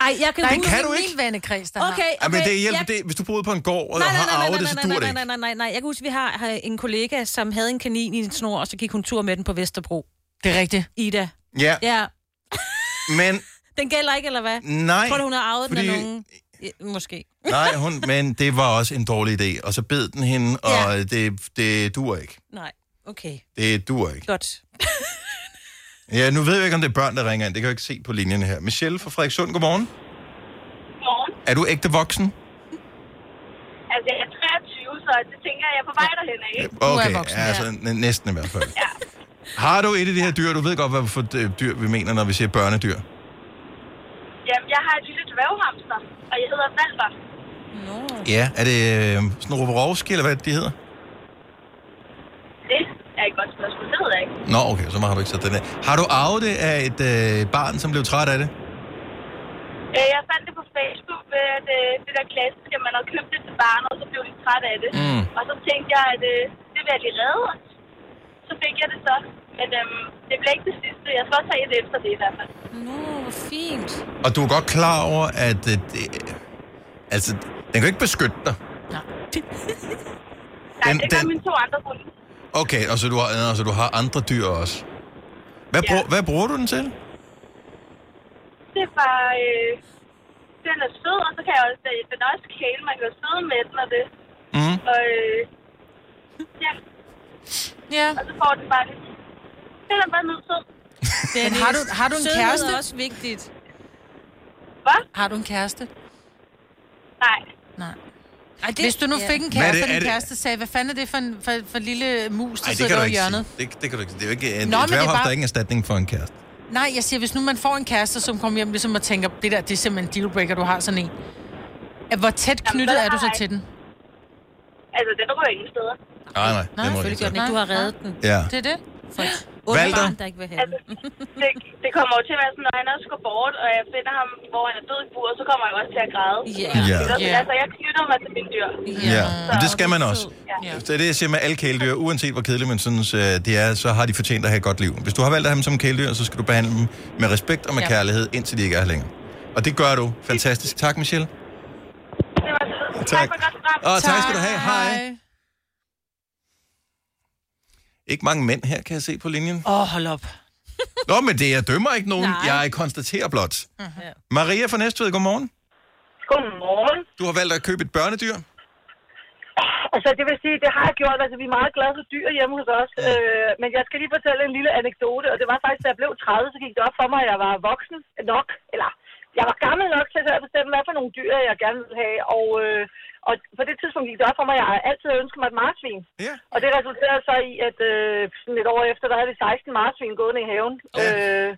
Speaker 3: Ej, jeg kan,
Speaker 2: Der er
Speaker 3: huske-
Speaker 1: kan du
Speaker 2: en
Speaker 1: ikke.
Speaker 2: min vennekreds, der
Speaker 3: Okay,
Speaker 2: har.
Speaker 3: okay.
Speaker 1: Ja, men det hjælper
Speaker 3: jeg-
Speaker 1: jeg... det, hvis du boede på en gård, og
Speaker 3: Nej,
Speaker 1: der
Speaker 3: nej,
Speaker 1: har
Speaker 3: nej,
Speaker 1: arvet
Speaker 3: nej,
Speaker 1: det,
Speaker 3: nej,
Speaker 1: så
Speaker 3: nej,
Speaker 1: dur
Speaker 3: nej,
Speaker 1: det
Speaker 3: nej,
Speaker 1: ikke.
Speaker 3: nej, nej, nej. Jeg kan huske, vi har har en kollega, som havde en kanin i en snor, og så gik hun tur med den på Vesterbro.
Speaker 2: Det er rigtigt.
Speaker 3: Ida.
Speaker 1: Ja,
Speaker 3: Ja.
Speaker 1: men
Speaker 3: Den gælder ikke, eller hvad?
Speaker 1: nej.
Speaker 3: Tror du, hun har arvet den af
Speaker 1: fordi-
Speaker 3: nogen? Ja, Måske.
Speaker 1: Nej, hun, men det var også en dårlig idé. Og så bed den hende, og ja. det, det dur ikke.
Speaker 3: Nej. Okay,
Speaker 1: Det dur ikke.
Speaker 3: godt.
Speaker 1: Ja, nu ved jeg ikke, om det er børn, der ringer ind. Det kan jeg jo ikke se på linjen her. Michelle fra Frederikssund, godmorgen.
Speaker 6: Morgen.
Speaker 1: Er du ægte voksen?
Speaker 6: Altså, jeg er 23, så det tænker jeg, jeg er på vej derhen af, ikke?
Speaker 1: Okay,
Speaker 2: voksen,
Speaker 1: ja, altså n- næsten i hvert fald. Har du et af de her dyr? Du ved godt, hvad for øh, dyr vi mener, når vi siger børnedyr.
Speaker 12: Jamen, jeg har et lille dværghamster, og jeg hedder Valter.
Speaker 1: Ja, er det øh, sådan Roborovski, eller hvad de hedder?
Speaker 12: Det er et godt spørgsmål. Det ved jeg ikke.
Speaker 1: Nå, okay, så har du ikke sat den af. Har du arvet det af et øh, barn, som blev træt af det?
Speaker 12: Øh, Jeg fandt det på Facebook med at, øh, det der klassiske, at man havde købt det til barnet, og så blev de træt af det.
Speaker 1: Mm.
Speaker 12: Og så tænkte jeg, at øh, det vil jeg lige redde. og Så fik jeg det så. Men øhm, det blev ikke det sidste. Jeg skal også have et efter det i hvert fald.
Speaker 3: Nå, hvor fint.
Speaker 1: Og du er godt klar over, at øh, det, altså, den kan jo ikke beskytte dig.
Speaker 12: Nej,
Speaker 1: Den-
Speaker 12: det gør
Speaker 1: den-
Speaker 12: mine to andre hunde.
Speaker 1: Okay, og så du har, og så du har andre dyr også. Hvad, ja. brug, hvad bruger du den til?
Speaker 12: Det er bare... Øh, den er sød, og så kan jeg også... øh, Den er også kæle. Man kan jo sidde med den og det.
Speaker 1: Mm.
Speaker 12: Og øh, ja.
Speaker 2: ja.
Speaker 12: Og så får den bare lidt... Den er bare nødt sød.
Speaker 2: Det er Men har du- har du en
Speaker 3: Sødhed
Speaker 2: kæreste?
Speaker 3: er også vigtigt.
Speaker 12: Hvad?
Speaker 2: Har du en kæreste?
Speaker 12: Nej.
Speaker 2: Nej. Ej, det, Hvis du nu
Speaker 3: ja.
Speaker 2: ja. fik en
Speaker 1: Hvad er
Speaker 2: kæreste,
Speaker 1: det-
Speaker 2: og
Speaker 1: er
Speaker 2: din
Speaker 1: det-
Speaker 2: kæreste sagde, hvad fanden er det for en for, for lille mus, der
Speaker 1: Ej, det
Speaker 2: sidder
Speaker 1: kan du
Speaker 2: over i
Speaker 1: ikke
Speaker 2: hjørnet?
Speaker 1: sige. Det, det kan du ikke. Det er jo ikke, en,
Speaker 2: Nå,
Speaker 1: Nå,
Speaker 2: men det er
Speaker 1: dværghof, bare... der
Speaker 2: bare-
Speaker 1: er ikke en erstatning for en kæreste.
Speaker 2: Nej, jeg siger, hvis nu man får en kæreste, som kommer hjem ligesom og tænker, det der, det er simpelthen en dealbreaker, du har sådan en. At Hvor tæt knyttet
Speaker 12: Jamen,
Speaker 2: er du så
Speaker 12: nej.
Speaker 2: til den?
Speaker 12: Altså, den ryger ingen steder.
Speaker 1: Nej,
Speaker 3: Nej,
Speaker 1: nej. det må du
Speaker 3: selvfølgelig
Speaker 1: ikke.
Speaker 3: gør den ikke. Du har reddet den.
Speaker 1: Ja.
Speaker 2: Det er det.
Speaker 3: For et
Speaker 1: Walter?
Speaker 3: ondt barn, der ikke vil have den.
Speaker 12: Altså, det, det kommer jo til at være sådan, når han også går bort, og jeg finder ham, hvor han er død i bur, så kommer jeg jo også til at græde.
Speaker 1: Ja. Ja.
Speaker 12: Så, altså, jeg knytter mig til mine dyr.
Speaker 1: Ja, men det skal man også. Så det er det, jeg siger med alle kæledyr. Uanset hvor kedelige man synes, øh, de er, så har de fortjent at have et godt liv. Hvis du har valgt at have dem som kæledyr, så skal du behandle dem med respekt og med
Speaker 12: Ja.
Speaker 1: kærlighed, indtil de ikke er her længere. Og det gør du. Fantastisk. Tak, Michelle.
Speaker 12: Det var så.
Speaker 1: Tak.
Speaker 12: Tak. tak for et godt program.
Speaker 1: Åh, tak skal du have. Hej. Ikke mange mænd her, kan jeg se på linjen.
Speaker 2: Åh, oh, hold op.
Speaker 1: Nå, men det, jeg dømmer ikke nogen.
Speaker 2: Nej.
Speaker 1: Jeg konstaterer blot.
Speaker 2: Mhm.
Speaker 1: Maria fra Næstved, godmorgen.
Speaker 6: Godmorgen.
Speaker 1: Du har valgt at købe et børnedyr.
Speaker 6: Altså, det vil sige, det har jeg gjort. Altså, vi er meget glade for dyr hjemme hos os. Øh, men jeg skal lige fortælle en lille anekdote. Og det var faktisk, da jeg blev 30, så gik det op for mig, at jeg var voksen nok. Eller, jeg var gammel nok til at bestemme, hvad for nogle dyr, jeg gerne ville have. Og, øh, og på det tidspunkt gik det op for mig, at jeg altid havde ønsket mig et marsvin.
Speaker 1: Ja.
Speaker 6: Og det resulterede så i, at øh, sådan et år efter, der havde vi 16 marsvin gående i haven. Øh,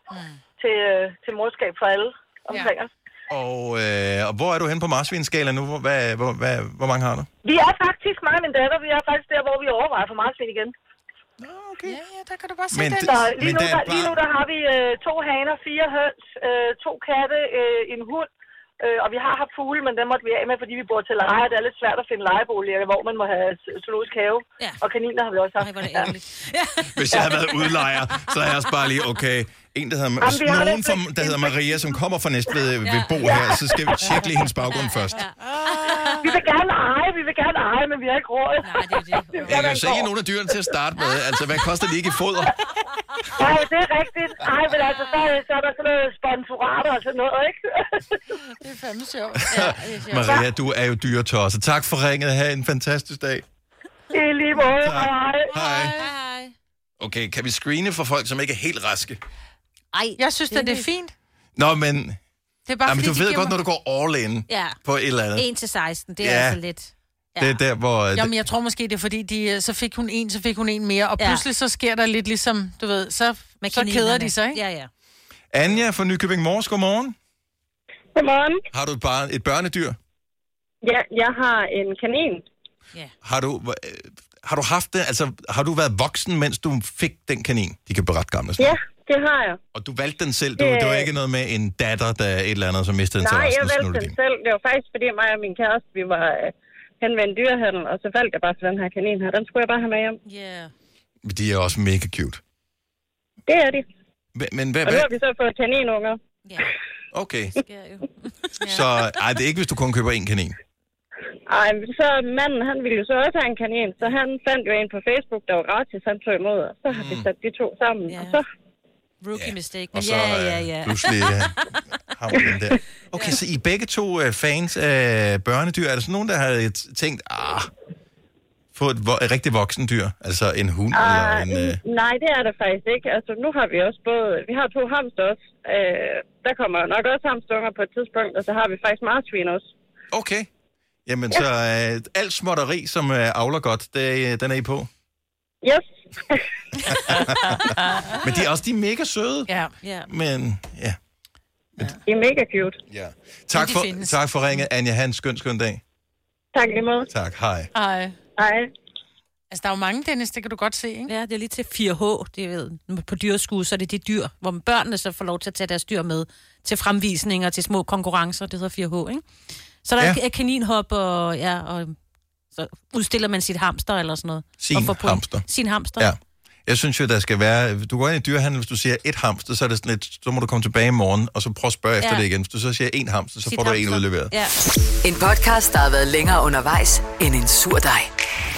Speaker 6: til, øh, til morskab for alle omkring os.
Speaker 1: Og, øh, og hvor er du henne på marsvinskala nu? Hvor, hvad, hvor, hvad, hvor mange har du?
Speaker 6: Vi er faktisk, mig og min datter, vi er faktisk der, hvor vi overvejer for marsvin igen.
Speaker 1: Okay.
Speaker 2: Ja, ja, der kan du bare
Speaker 1: se Men den.
Speaker 6: Så lige,
Speaker 1: men
Speaker 6: nu,
Speaker 1: der er
Speaker 6: der, lige nu, der har vi øh, to haner, fire høns, øh, to katte, øh, en hund, øh, og vi har haft fugle, men dem måtte vi af med, fordi vi bor til leje, og det er lidt svært at finde lejeboliger, hvor man må have z- zoologisk have,
Speaker 3: ja.
Speaker 6: og kaniner har vi også haft. Ej,
Speaker 3: det ærgerligt.
Speaker 1: Hvis jeg havde været udlejer, så havde jeg også bare lige, okay, en, der hedder,
Speaker 6: Jamen, vi har
Speaker 1: nogen,
Speaker 6: lidt
Speaker 1: fra, der hedder Maria, som kommer fra Næstved, øh, vil bo her, så skal vi tjekke lige hendes baggrund først.
Speaker 6: Vi vil gerne eje, vi vil gerne eje, men vi har ikke råd. Nej, det er det.
Speaker 1: Jeg kan jo så ikke nogen af dyrene til at starte med. Altså, hvad koster de ikke i foder?
Speaker 6: Nej, det er rigtigt. Nej, men altså, så, så er der sådan noget sponsorater og sådan noget, ikke?
Speaker 2: det er fandme sjovt.
Speaker 1: Maria, du er jo dyretosset. Tak for ringet. Ha' en fantastisk dag.
Speaker 6: I lige måde.
Speaker 1: Tak.
Speaker 6: Hej.
Speaker 1: Hej.
Speaker 3: Hej.
Speaker 1: Okay, kan vi screene for folk, som ikke er helt raske?
Speaker 3: Ej,
Speaker 2: jeg synes, det, det er fint.
Speaker 1: Nå, men...
Speaker 2: Det er bare,
Speaker 1: Jamen,
Speaker 2: fordi,
Speaker 1: du
Speaker 2: de
Speaker 1: ved
Speaker 2: giver
Speaker 1: godt,
Speaker 2: mig-
Speaker 1: når du går all in
Speaker 3: Ja.
Speaker 1: på et eller andet.
Speaker 3: 1 til 16, det er
Speaker 1: Ja.
Speaker 3: altså lidt.
Speaker 1: Det er der, hvor... øh,
Speaker 2: Jamen, jeg tror måske, det er fordi, de, øh, så fik hun en, så fik hun en mere, og
Speaker 3: Ja.
Speaker 2: pludselig så sker der lidt ligesom, du ved, så, så keder
Speaker 3: kaninerne.
Speaker 2: de sig, ikke?
Speaker 3: Ja, ja.
Speaker 1: Anja fra Nykøbing Mors, godmorgen.
Speaker 13: Godmorgen.
Speaker 1: Har du et, barn, et børnedyr?
Speaker 13: Ja, jeg har en kanin.
Speaker 1: Har du, hva- øh, har du haft det? Altså, har du været voksen, mens du fik den kanin? De kan blive ret gamle. sådan
Speaker 13: Ja, det har jeg.
Speaker 1: noget. Og du valgte den selv? Du,
Speaker 13: Øh.
Speaker 1: det var ikke noget med en datter, der et eller andet, som mistede
Speaker 13: Nej,
Speaker 1: interessen?
Speaker 13: jeg
Speaker 1: og
Speaker 13: valgte
Speaker 1: snuttede
Speaker 13: den
Speaker 1: din.
Speaker 13: selv. Det var faktisk, fordi mig og min kæreste, vi var øh, hen ved en dyrehandel, og så faldt jeg bare til den her kanin her. Den skulle jeg bare have med hjem.
Speaker 3: Yeah.
Speaker 1: Men De er også mega cute.
Speaker 13: Det er det.
Speaker 1: Men- Men hvad...
Speaker 13: Og nu
Speaker 1: hvad?
Speaker 13: har vi så fået kaninunger.
Speaker 1: Okay. Så ej, det er ikke, hvis du kun køber én kanin.
Speaker 13: Ej, men så manden, han ville jo så også have en kanin, så han fandt jo en på Facebook, der var gratis, han tog imod, og så har
Speaker 1: Mm.
Speaker 13: vi sat de to sammen, og så...
Speaker 3: Rookie yeah. mistake.
Speaker 1: Og
Speaker 3: Men
Speaker 1: så
Speaker 3: ja,
Speaker 1: øh,
Speaker 3: ja, ja.
Speaker 1: pludselig øh, har man den der. Okay, så I er begge to øh, fans af børnedyr. Er der sådan nogen, der har øh, tænkt, ah, få et, vo- et rigtigt voksendyr? Altså en hund eller
Speaker 13: Ah,
Speaker 1: en... Øh,
Speaker 13: nej, det er der faktisk ikke. Altså, nu har vi også både... Vi har to hamster også. Øh, der kommer nok også hamstunger på et tidspunkt, og så har vi faktisk marsvin også.
Speaker 1: Okay. Jamen, så øh, alt småtteri, som øh, avler godt, det, øh, den er I på.
Speaker 13: Yes.
Speaker 1: Men de er også de er mega søde.
Speaker 2: Ja.
Speaker 3: ja.
Speaker 1: Men ja,
Speaker 14: De er mega cute.
Speaker 1: Ja. Tak
Speaker 14: de
Speaker 1: for,
Speaker 14: findes.
Speaker 1: tak for ringet, Anja. Ha' en skøn, skøn dag.
Speaker 14: Tak lige måde.
Speaker 1: Tak, hej.
Speaker 2: Ej.
Speaker 14: Ej.
Speaker 2: Altså, der er jo mange, Dennis, det kan du godt se, ikke?
Speaker 3: Ja, det er lige til 4H, det ved på dyreskue, så er det de dyr, hvor børnene så får lov til at tage deres dyr med til fremvisninger, til små konkurrencer, det hedder 4H, ikke? Så der
Speaker 1: Ja.
Speaker 3: ja. er kaninhop, og, ja, og så udstiller man sit hamster eller sådan noget.
Speaker 1: Sin
Speaker 3: og får point.
Speaker 1: hamster.
Speaker 3: Sin hamster.
Speaker 1: Ja. Jeg synes jo, der skal være... Du går ind i dyrehandel, hvis du siger et hamster, så er det sådan lidt, så må du komme tilbage i morgen, og så prøve at spørge ja. efter
Speaker 4: Ja.
Speaker 1: det igen. Hvis du så siger en hamster, så
Speaker 4: Sit
Speaker 1: får du en
Speaker 4: hamster.
Speaker 1: udleveret.
Speaker 3: Ja.
Speaker 4: En podcast, der har været længere undervejs end en sur dej.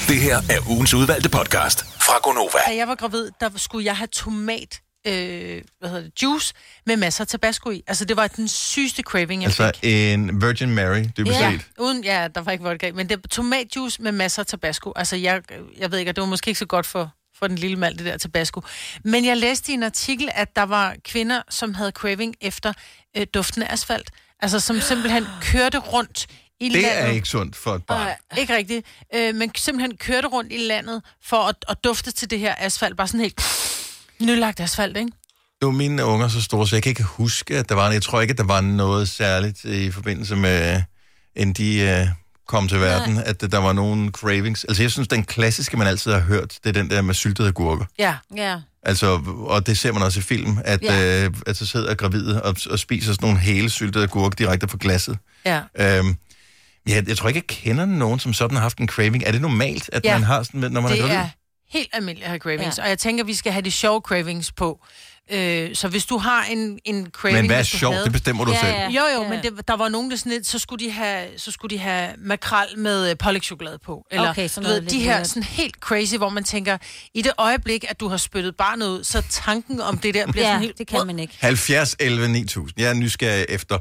Speaker 5: Det her er ugens udvalgte podcast fra Gonova.
Speaker 2: Da jeg var gravid, der skulle jeg have tomat, øh, hvad hedder det, juice med masser af tabasco i. Altså, det var den sygeste craving, jeg fik.
Speaker 1: Altså en Virgin Mary, dybest
Speaker 2: ja,
Speaker 1: set.
Speaker 2: uden, ja, der var ikke vodka i, men det er tomatjuice med masser af tabasco. Altså, jeg, jeg ved ikke, og det var måske ikke så godt for, for den lille mand, det der tabasco. Men jeg læste i en artikel, at der var kvinder, som havde craving efter øh, duften af asfalt. Altså, som simpelthen kørte rundt i
Speaker 1: Det
Speaker 2: landet.
Speaker 1: er ikke sundt for et barn.
Speaker 2: Nej, ikke rigtigt. Øh, men simpelthen kørte rundt i landet for at, at dufte til det her asfalt. Bare sådan helt nylagt asfalt, ikke?
Speaker 1: Nu er mine unger så store, så jeg kan ikke huske, at der var Jeg tror ikke, at der var noget særligt i forbindelse med, end de øh, kom til verden, Nej. at øh, der var nogen cravings. Altså, jeg synes, den klassiske, man altid har hørt, det er den der med syltede agurker.
Speaker 2: Ja.
Speaker 3: ja.
Speaker 1: Altså, og det ser man også i film, at,
Speaker 2: Ja.
Speaker 1: ja. øh, at så sidder gravide og, og spiser sådan nogle hele syltede agurker direkte fra glasset.
Speaker 2: Ja.
Speaker 1: Øhm, ja, jeg tror ikke, jeg kender nogen, som sådan har haft en craving. Er det normalt, at
Speaker 2: Ja.
Speaker 1: man har sådan, når man
Speaker 2: det
Speaker 1: er gravid?
Speaker 2: er helt almindeligt at have cravings. Ja. Og jeg tænker, vi skal have de sjove cravings på. Øh, så hvis du har en, en craving...
Speaker 1: Men hvad er
Speaker 2: hvis du
Speaker 1: sjovt?
Speaker 2: havde-
Speaker 1: Det bestemmer du
Speaker 2: ja,
Speaker 1: selv.
Speaker 2: Ja. Jo, jo, ja. men det, der var nogen, der sådan lidt, så skulle de have, så skulle de have makrel med øh, pålægtschokolade på. Eller,
Speaker 3: Okay, sådan
Speaker 2: du
Speaker 3: noget
Speaker 2: ved,
Speaker 3: lidt
Speaker 2: de her
Speaker 3: weird.
Speaker 2: sådan helt crazy, hvor man tænker, i det øjeblik, at du har spyttet barnet ud, så tanken om det der bliver
Speaker 3: Ja,
Speaker 2: sådan helt... det kan
Speaker 3: man ikke.
Speaker 1: 70, 11, 9000. Jeg er nysgerrig efter,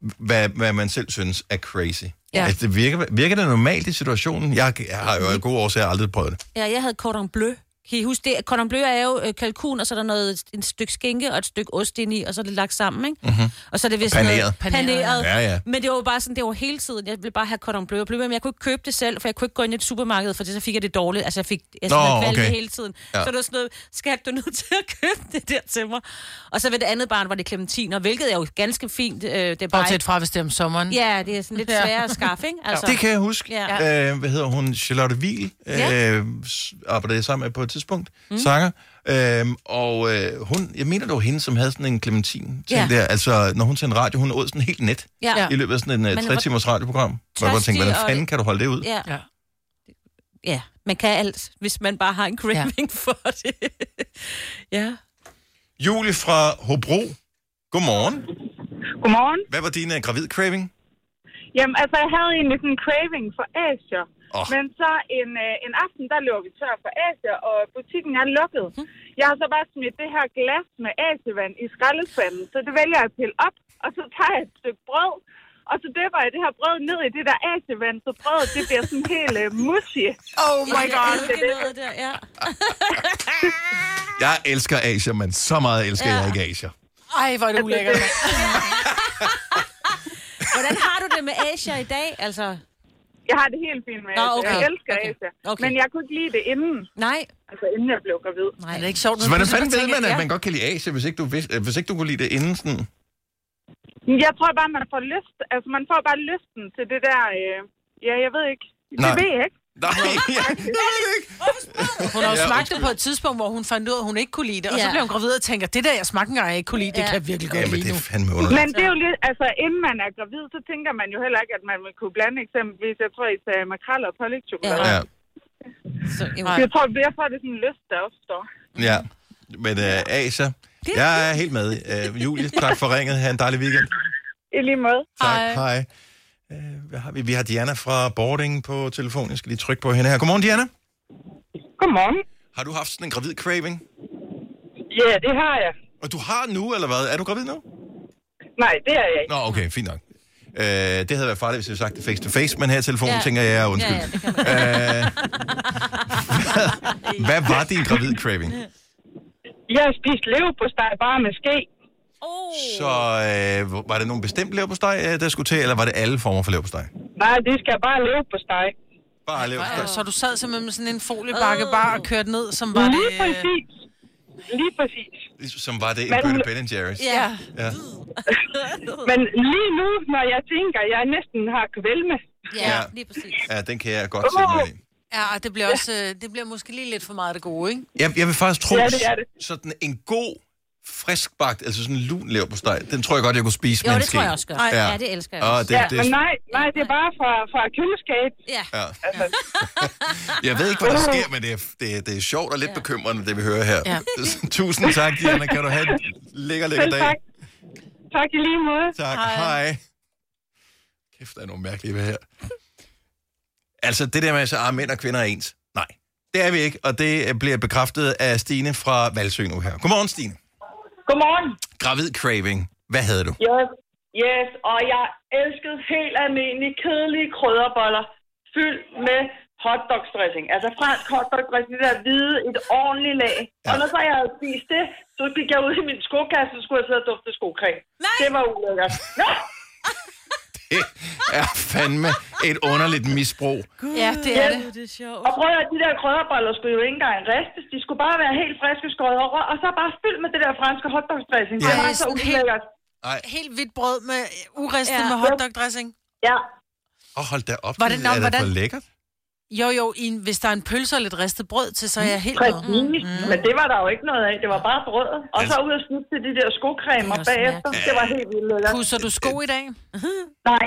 Speaker 1: hvad, hvad man selv synes er crazy.
Speaker 3: Ja.
Speaker 1: Ja. Altså, det virker, virker det normalt i situationen? Jeg, jeg har jo en god årsag, jeg har aldrig prøvet det.
Speaker 3: Ja, jeg havde cordon bleu. Kan I huske det? Cordon bleu er jo øh, kalkun, og så er der noget, et stykke skinke og et stykke ost ind i, og så er det lagt sammen, ikke?
Speaker 1: Mm-hmm.
Speaker 3: Og så er det vist
Speaker 1: Paneret.
Speaker 3: noget paneret.
Speaker 1: Ja, ja.
Speaker 3: Men det var jo bare sådan, det var hele tiden. Jeg ville bare have cordon bleu. og bleu, Men jeg kunne ikke købe det selv, for jeg kunne ikke gå ind i et supermarked, for det, så fik jeg det dårligt. Altså, jeg fik jeg
Speaker 1: Nå,
Speaker 3: Nå, okay.
Speaker 1: okay.
Speaker 3: hele tiden. Ja.
Speaker 1: Ja.
Speaker 3: Så det var sådan noget, skat, du er nødt til at købe det der til mig. Og så ved det andet barn var det clementiner, hvilket er jo ganske fint. Øh, det er bare
Speaker 2: Bortset fra, hvis det er om sommeren.
Speaker 3: Ja, det er sådan lidt
Speaker 2: Ja.
Speaker 3: sværere at skaffe, ikke?
Speaker 1: Altså. Det kan jeg huske.
Speaker 3: Ja.
Speaker 1: Ja. Øh, hvad hedder hun? Charlotte Wiel.
Speaker 3: Ja.
Speaker 1: Ja. Øh, s- arbejdede jeg sammen med på et tidspunkt.
Speaker 3: Mm.
Speaker 1: Mm. Sanger. Øh, og øh, hun, jeg mener, det var hende, som havde sådan en clementin ting
Speaker 3: Ja.
Speaker 1: ja. der. Altså, når hun sendte radio, hun åd sådan helt net.
Speaker 3: Ja.
Speaker 1: Ja. I løbet af sådan en
Speaker 3: Men
Speaker 1: uh, tre timers radioprogram. Hvor jeg bare tænkte,
Speaker 3: Tørstig
Speaker 1: hvordan
Speaker 3: og-
Speaker 1: fanden kan du holde det ud?
Speaker 3: Ja. ja. Ja, man kan alt, hvis man bare har en craving ja. for det. ja.
Speaker 1: Julie fra Hobro. Godmorgen.
Speaker 15: Godmorgen.
Speaker 1: Hvad var din uh, gravid craving?
Speaker 15: Jamen, altså, jeg havde egentlig sådan en craving for Asia.
Speaker 1: Åh.
Speaker 15: Oh. Men så en, øh, en aften, der løber vi tør for Asia, og butikken er lukket. Mm. Jeg har så bare smidt det her glas med Asiavand i skraldespanden, så det vælger jeg at pille op, og så tager jeg et stykke brød, og så døber jeg det her brød ned i det der Asiavand, så brødet det bliver sådan helt uh, mushy.
Speaker 2: Oh
Speaker 3: my God. noget der, ja.
Speaker 1: Jeg elsker Asia, men så meget elsker
Speaker 3: Ja.
Speaker 1: ja. jeg ikke Asia.
Speaker 2: Ej, hvor er det ulækkert. mand.
Speaker 3: Hvordan har du det med Asia i dag? Altså,
Speaker 15: Jeg har det helt fint med
Speaker 3: Nå,
Speaker 15: Asia.
Speaker 3: okay.
Speaker 15: Jeg elsker
Speaker 3: Okay.
Speaker 15: Asia.
Speaker 3: Okay.
Speaker 15: Men jeg kunne ikke lide det inden.
Speaker 3: Nej.
Speaker 15: Altså, inden jeg blev gravid.
Speaker 3: Nej,
Speaker 2: det er ikke sjovt.
Speaker 1: Så hvordan fanden ved man, at man godt kan lide Asia, hvis ikke du, vidste, øh, hvis ikke du kunne lide det inden sådan?
Speaker 15: Jeg tror bare, man får lyst. Altså, man får bare lysten til det der... Øh, ja, jeg ved ikke. Det
Speaker 1: Nej.
Speaker 15: ved jeg ikke.
Speaker 1: Nej, ja.
Speaker 2: Hun har jo
Speaker 1: Ja,
Speaker 2: smagt det på et tidspunkt, hvor hun fandt ud af, at hun ikke kunne lide det. Og så
Speaker 15: Ja.
Speaker 2: blev hun gravid og tænker, det der, jeg smagte engang, jeg ikke kunne lide, det
Speaker 15: Ja.
Speaker 2: kan jeg virkelig godt
Speaker 1: Jamen,
Speaker 2: lide
Speaker 1: det
Speaker 2: nu.
Speaker 1: er fandme underligt.
Speaker 15: Men det er jo lidt, altså inden man er gravid, så tænker man jo heller ikke, at man vil kunne blande eksempelvis, jeg tror, I sagde makrel og pålægtschokolade.
Speaker 1: Ja.
Speaker 3: Så,
Speaker 15: Jeg tror, jeg får det er sådan en lyst, der opstår.
Speaker 1: Ja, men uh, Asia, jeg er helt med. Uh, Julie, tak for ringet. Ha' en dejlig weekend.
Speaker 15: I lige måde.
Speaker 1: Tak, hej. Uh, hvad har vi? vi har Diana fra Boarding på telefon. Jeg skal lige trykke på hende her. Godmorgen, Diana.
Speaker 15: Godmorgen.
Speaker 1: Har du haft sådan en gravid craving?
Speaker 15: Ja, det har jeg.
Speaker 1: Og du har nu, eller hvad? Er du gravid nu?
Speaker 15: Nej, det er jeg ikke.
Speaker 1: Nå, okay, fint nok. Øh, det havde været farligt, hvis jeg havde sagt det face to face, men her i telefonen ja. tænker jeg, jeg er undskyld.
Speaker 15: Ja, ja, det
Speaker 1: ja, øh, hvad var din gravid craving?
Speaker 15: Jeg har spist leverpostej bare med ske.
Speaker 1: Så øh, var det nogen bestemt leverpostej, øh, der skulle til, eller var det alle former for leverpostej?
Speaker 15: Nej, det skal bare leverpostej.
Speaker 1: Bare leverpostej.
Speaker 2: Så du sad simpelthen med sådan en foliebakke bare og kørte ned, som var det... øh,
Speaker 15: Lige præcis. Lige præcis.
Speaker 1: Som var det en
Speaker 15: Men hun-
Speaker 1: bøtte Ben Jerry's.
Speaker 15: Ja.
Speaker 1: ja.
Speaker 15: Men lige nu, når jeg tænker, jeg næsten har kvalme.
Speaker 1: Ja, Ja.
Speaker 2: lige præcis.
Speaker 1: Ja, den kan jeg godt sætte mig ind i.
Speaker 2: Ja, og det bliver, også, øh, det bliver måske lige lidt for meget af det gode, ikke?
Speaker 1: Jeg, jeg vil faktisk tro,
Speaker 2: Ja, det er
Speaker 1: sådan en god friskbagt, altså sådan en lun lever på steg, den tror jeg godt, jeg kunne spise
Speaker 15: Jo,
Speaker 1: med en
Speaker 15: det tror
Speaker 1: ske.
Speaker 15: jeg også godt. Ej, ja, det elsker jeg
Speaker 1: Åh,
Speaker 15: også.
Speaker 1: det,
Speaker 15: Ja,
Speaker 1: det,
Speaker 15: men nej, nej, det er bare fra, fra køleskab.
Speaker 16: Ja.
Speaker 1: Ja. Jeg ved ikke, hvad der sker, men det er, det, er- det er sjovt og lidt bekymrende, det vi hører her.
Speaker 15: Ja.
Speaker 1: Tusind tak, Diana. Kan du have en lækker, lækker
Speaker 15: Selv
Speaker 1: dag.
Speaker 15: tak. Tak i lige måde.
Speaker 1: Tak. Hej. Kæft, der er nogle mærkelige ved her. Altså, det der med, at ah, mænd og kvinder er ens. Nej, det er vi ikke, og det øh, bliver bekræftet af Stine fra Valsø nu her. Godmorgen, Stine.
Speaker 6: Godmorgen.
Speaker 1: Gravid craving. Hvad havde du?
Speaker 6: Yes. yes, og jeg elskede helt almindelige, kedelige krydderboller, fyldt med hotdog-dressing. Altså fransk hotdog-dressing, det der hvide, et ordentligt lag. Ja. Og når så jeg havde spist det, så gik jeg ud i min skokasse, så skulle jeg sidde og dufte skocreme. Det var ulækkert. Nå!
Speaker 1: Er fandme et underligt misbrug.
Speaker 2: Ja, det er
Speaker 6: det. det er sjovt. Og prøv at høre, de der krydderboller skulle jo ikke engang ristes. De skulle bare være helt friske skåret over, og så bare fyldt med det der franske hotdog-dressing. Ja. Det
Speaker 2: Ej,
Speaker 6: var så
Speaker 2: sådan helt-
Speaker 6: ulækkert.
Speaker 1: Ej.
Speaker 2: Helt hvidt brød med øh, uristet
Speaker 6: Ja.
Speaker 2: ja. med hotdog-dressing.
Speaker 6: Ja.
Speaker 1: Og hold da op,
Speaker 2: Var
Speaker 1: det,
Speaker 2: det
Speaker 1: det
Speaker 2: nok-
Speaker 1: er da for
Speaker 2: hvordan-
Speaker 1: lækkert.
Speaker 2: Jo, jo, i en, hvis der er en pølse og lidt ristet brød til, så er jeg helt
Speaker 6: Præcis.
Speaker 2: med. Mm.
Speaker 6: Men det var der jo ikke noget af. Det var bare brødet. Og
Speaker 1: Altså-
Speaker 6: så ud og snuppe til de der skocremer bagefter. Det var helt vildt lækkert.
Speaker 2: Pusser du sko i dag?
Speaker 6: Nej.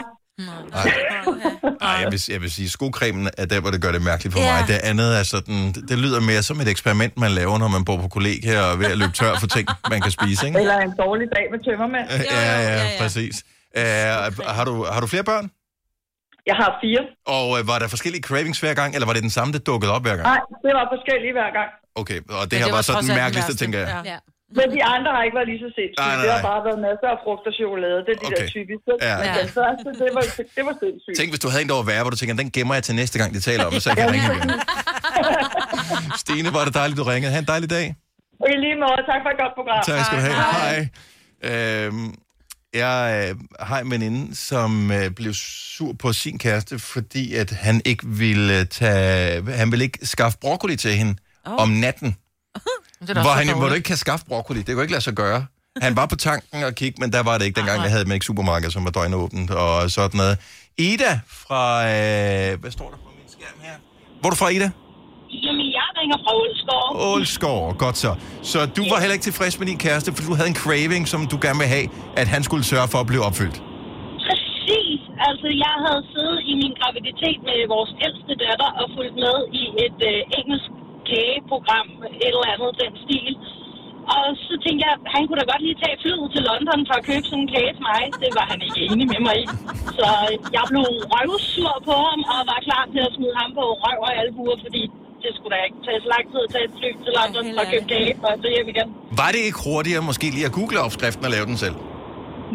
Speaker 1: Ej, jeg vil, jeg vil sige, skocremen er der, hvor det gør det mærkeligt for
Speaker 6: Ja.
Speaker 1: ja. mig. Det andet er sådan, det, det lyder mere som et eksperiment, man laver, når man bor på kollegaer og er ved at løbe tør for ting, man kan spise, ikke?
Speaker 6: Eller en dårlig dag med tømmermænd.
Speaker 1: Ja, ja, ja, ja, præcis. Uh, har, du, har du flere børn?
Speaker 6: Jeg har fire.
Speaker 1: Og uh, var der forskellige cravings hver gang, eller var det den samme, der dukkede op hver gang?
Speaker 6: Nej, det var forskellige hver gang.
Speaker 1: Okay, og det her var, så den mærkeligste, tænker jeg.
Speaker 6: Ja. Men de andre har ikke været lige så sindssyge.
Speaker 1: Nej, nej,
Speaker 6: Det har
Speaker 1: nej.
Speaker 6: bare været masser af frugt og chokolade. Det er de der
Speaker 1: Okay.
Speaker 6: typiske.
Speaker 1: Ja.
Speaker 6: Men den første, det var, det var sindssygt.
Speaker 1: Tænk, hvis du havde en, der var værre, hvor du tænker, den gemmer jeg til næste gang, de taler om, det, så jeg kan ringe igen. Stine, var det dejligt, du ringede. Ha' en dejlig dag.
Speaker 6: Og I lige måde, tak for et godt program.
Speaker 1: Tak skal du have. Hej. Øhm, jeg øh, har en veninde, som øh, blev sur på sin kæreste, fordi at han ikke ville øh, tage, han ville ikke skaffe broccoli til hende
Speaker 2: Åh.
Speaker 1: oh. om natten.
Speaker 2: Det er da
Speaker 1: Hvor,
Speaker 2: også
Speaker 1: han,
Speaker 2: så
Speaker 1: hvor du
Speaker 2: dårligt.
Speaker 1: ikke kan skaffe broccoli. Det kunne ikke lade sig gøre. Han var på tanken og kigge, men der var det ikke dengang, jeg havde med ikke supermarked, som var døgnåbent og sådan noget. Ida fra... Øh, hvad står der på min skærm her? Hvor er du fra, Ida?
Speaker 12: Jamen, jeg ringer fra Ålskov.
Speaker 1: Ålskov, godt så. Så du var heller ikke tilfreds med din kæreste, for du havde en craving, som du gerne vil have, at han skulle sørge for at blive opfyldt.
Speaker 12: Præcis. Altså, jeg havde siddet i min graviditet med vores ældste datter og fulgt med i et øh, engelsk kageprogram, et eller andet den stil. Og så tænkte jeg, han kunne da godt lige tage flyet til London for at købe sådan en kage til mig. Det var han ikke enig med mig i. Så øh, jeg blev røvsur på ham og var klar til at smide ham på røv og albuer, fordi det skulle da ikke tage så lang tid at tage et fly til London for at købe kage for at tage hjem igen.
Speaker 1: Var det ikke hurtigere måske lige at google opskriften og lave den selv?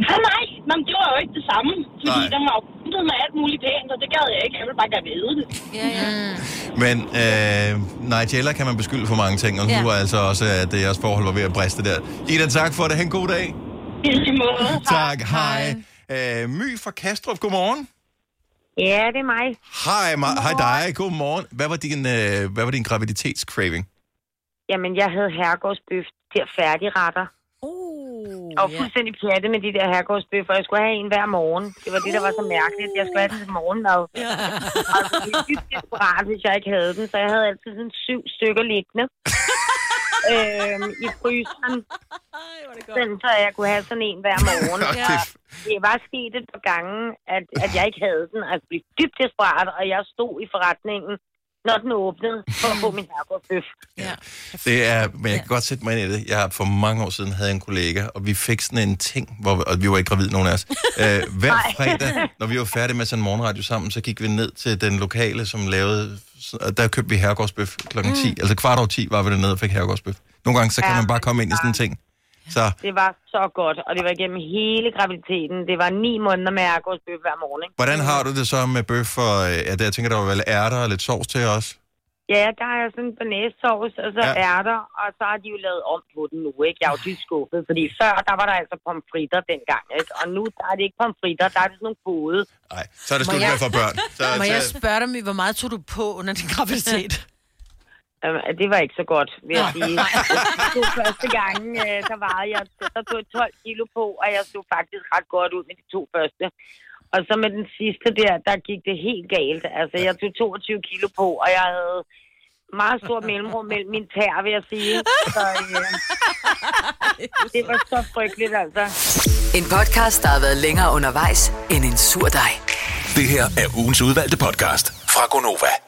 Speaker 12: Nej, nej. Nå, men det var jo ikke det samme. Fordi
Speaker 1: Nej.
Speaker 12: den var jo pyntet med alt muligt pænt, og det gad jeg ikke. Jeg ville bare gerne vide det. Ja, ja.
Speaker 1: Men øh, Nigella kan man beskylde for mange ting, og hun
Speaker 12: Ja.
Speaker 1: ja. var altså også, at øh, jeres forhold var ved at briste der. Ida, tak for det. Ha' en god dag.
Speaker 12: I lige måde.
Speaker 1: Tak, hej. Øh, My fra Kastrup, godmorgen.
Speaker 17: Ja, det er mig.
Speaker 1: Hej, Ma- hej dig, godmorgen. Hvad var din, øh, hvad var din graviditetscraving?
Speaker 17: Jamen, jeg havde herregårdsbøf, de her færdigretter. Uh, og fuldstændig pjatte med de der herregårdsbøffer. Jeg skulle have en hver morgen. Det var det, der var så mærkeligt. Jeg skulle have den til morgenmad. Yeah. altså, det var dybt desperat, hvis jeg ikke havde den. Så jeg havde altid sådan syv stykker liggende. øhm, i fryseren. Sådan, så jeg kunne have sådan en hver morgen.
Speaker 1: Ja.
Speaker 17: Det var sket et par gange, at, at jeg ikke havde den. Altså, blev dybt desperat, og jeg stod i forretningen, når den åbnede, for at få min herregårdsbøf. Ja.
Speaker 1: Det er, men jeg kan godt sætte mig ind i det. Jeg har for mange år siden havde en kollega, og vi fik sådan en ting, hvor, og vi var ikke gravide, nogen af os. Øh, hver
Speaker 17: Nej.
Speaker 1: fredag, når vi var færdige med sådan en morgenradio sammen, så gik vi ned til den lokale, som lavede... Og der købte vi herregårdsbøf kl. 10. Mm. Altså kvart over 10 var vi dernede og fik herregårdsbøf. Nogle gange, så kan
Speaker 17: Ja,
Speaker 1: man bare komme ind i sådan en ting. Så
Speaker 17: Det var så godt, og det var igennem hele graviditeten. Det var ni måneder med ærgårdsbøf hver morgen. Ikke?
Speaker 1: hvordan har du det så med bøf og... øh, Ja, der, jeg tænker, der var vel ærter og lidt sovs til os.
Speaker 17: Ja, der har jeg sådan banæssovs, og så
Speaker 1: Ja.
Speaker 17: ja. ærter, og så har de jo lavet om på den nu, ikke? Jeg er jo dybt skuffet, fordi før, der var der altså pomfritter dengang, ikke? Og nu, der er det ikke pomfritter, der er det sådan nogle både.
Speaker 1: Nej, så er det
Speaker 2: Må
Speaker 1: slut med
Speaker 2: jeg-
Speaker 1: for børn. Så,
Speaker 2: Må jeg
Speaker 1: så,
Speaker 2: spørge dig, My, hvor meget tog du på under din graviditet?
Speaker 17: Øhm, Det var ikke så godt, vil jeg sige. De to første gange, øh, der vejede jeg, der tog jeg 12 kilo på, og jeg stod faktisk ret godt ud med de to første. Og så med den sidste der, der gik det helt galt. Altså, jeg tog 22 kilo på, og jeg havde meget stor mellemrum mellem min tær, vil jeg sige. Så, øh, det var så frygteligt, altså.
Speaker 4: En podcast, der har været længere undervejs end en sur dej.
Speaker 5: Det her er ugens udvalgte podcast fra Gonova.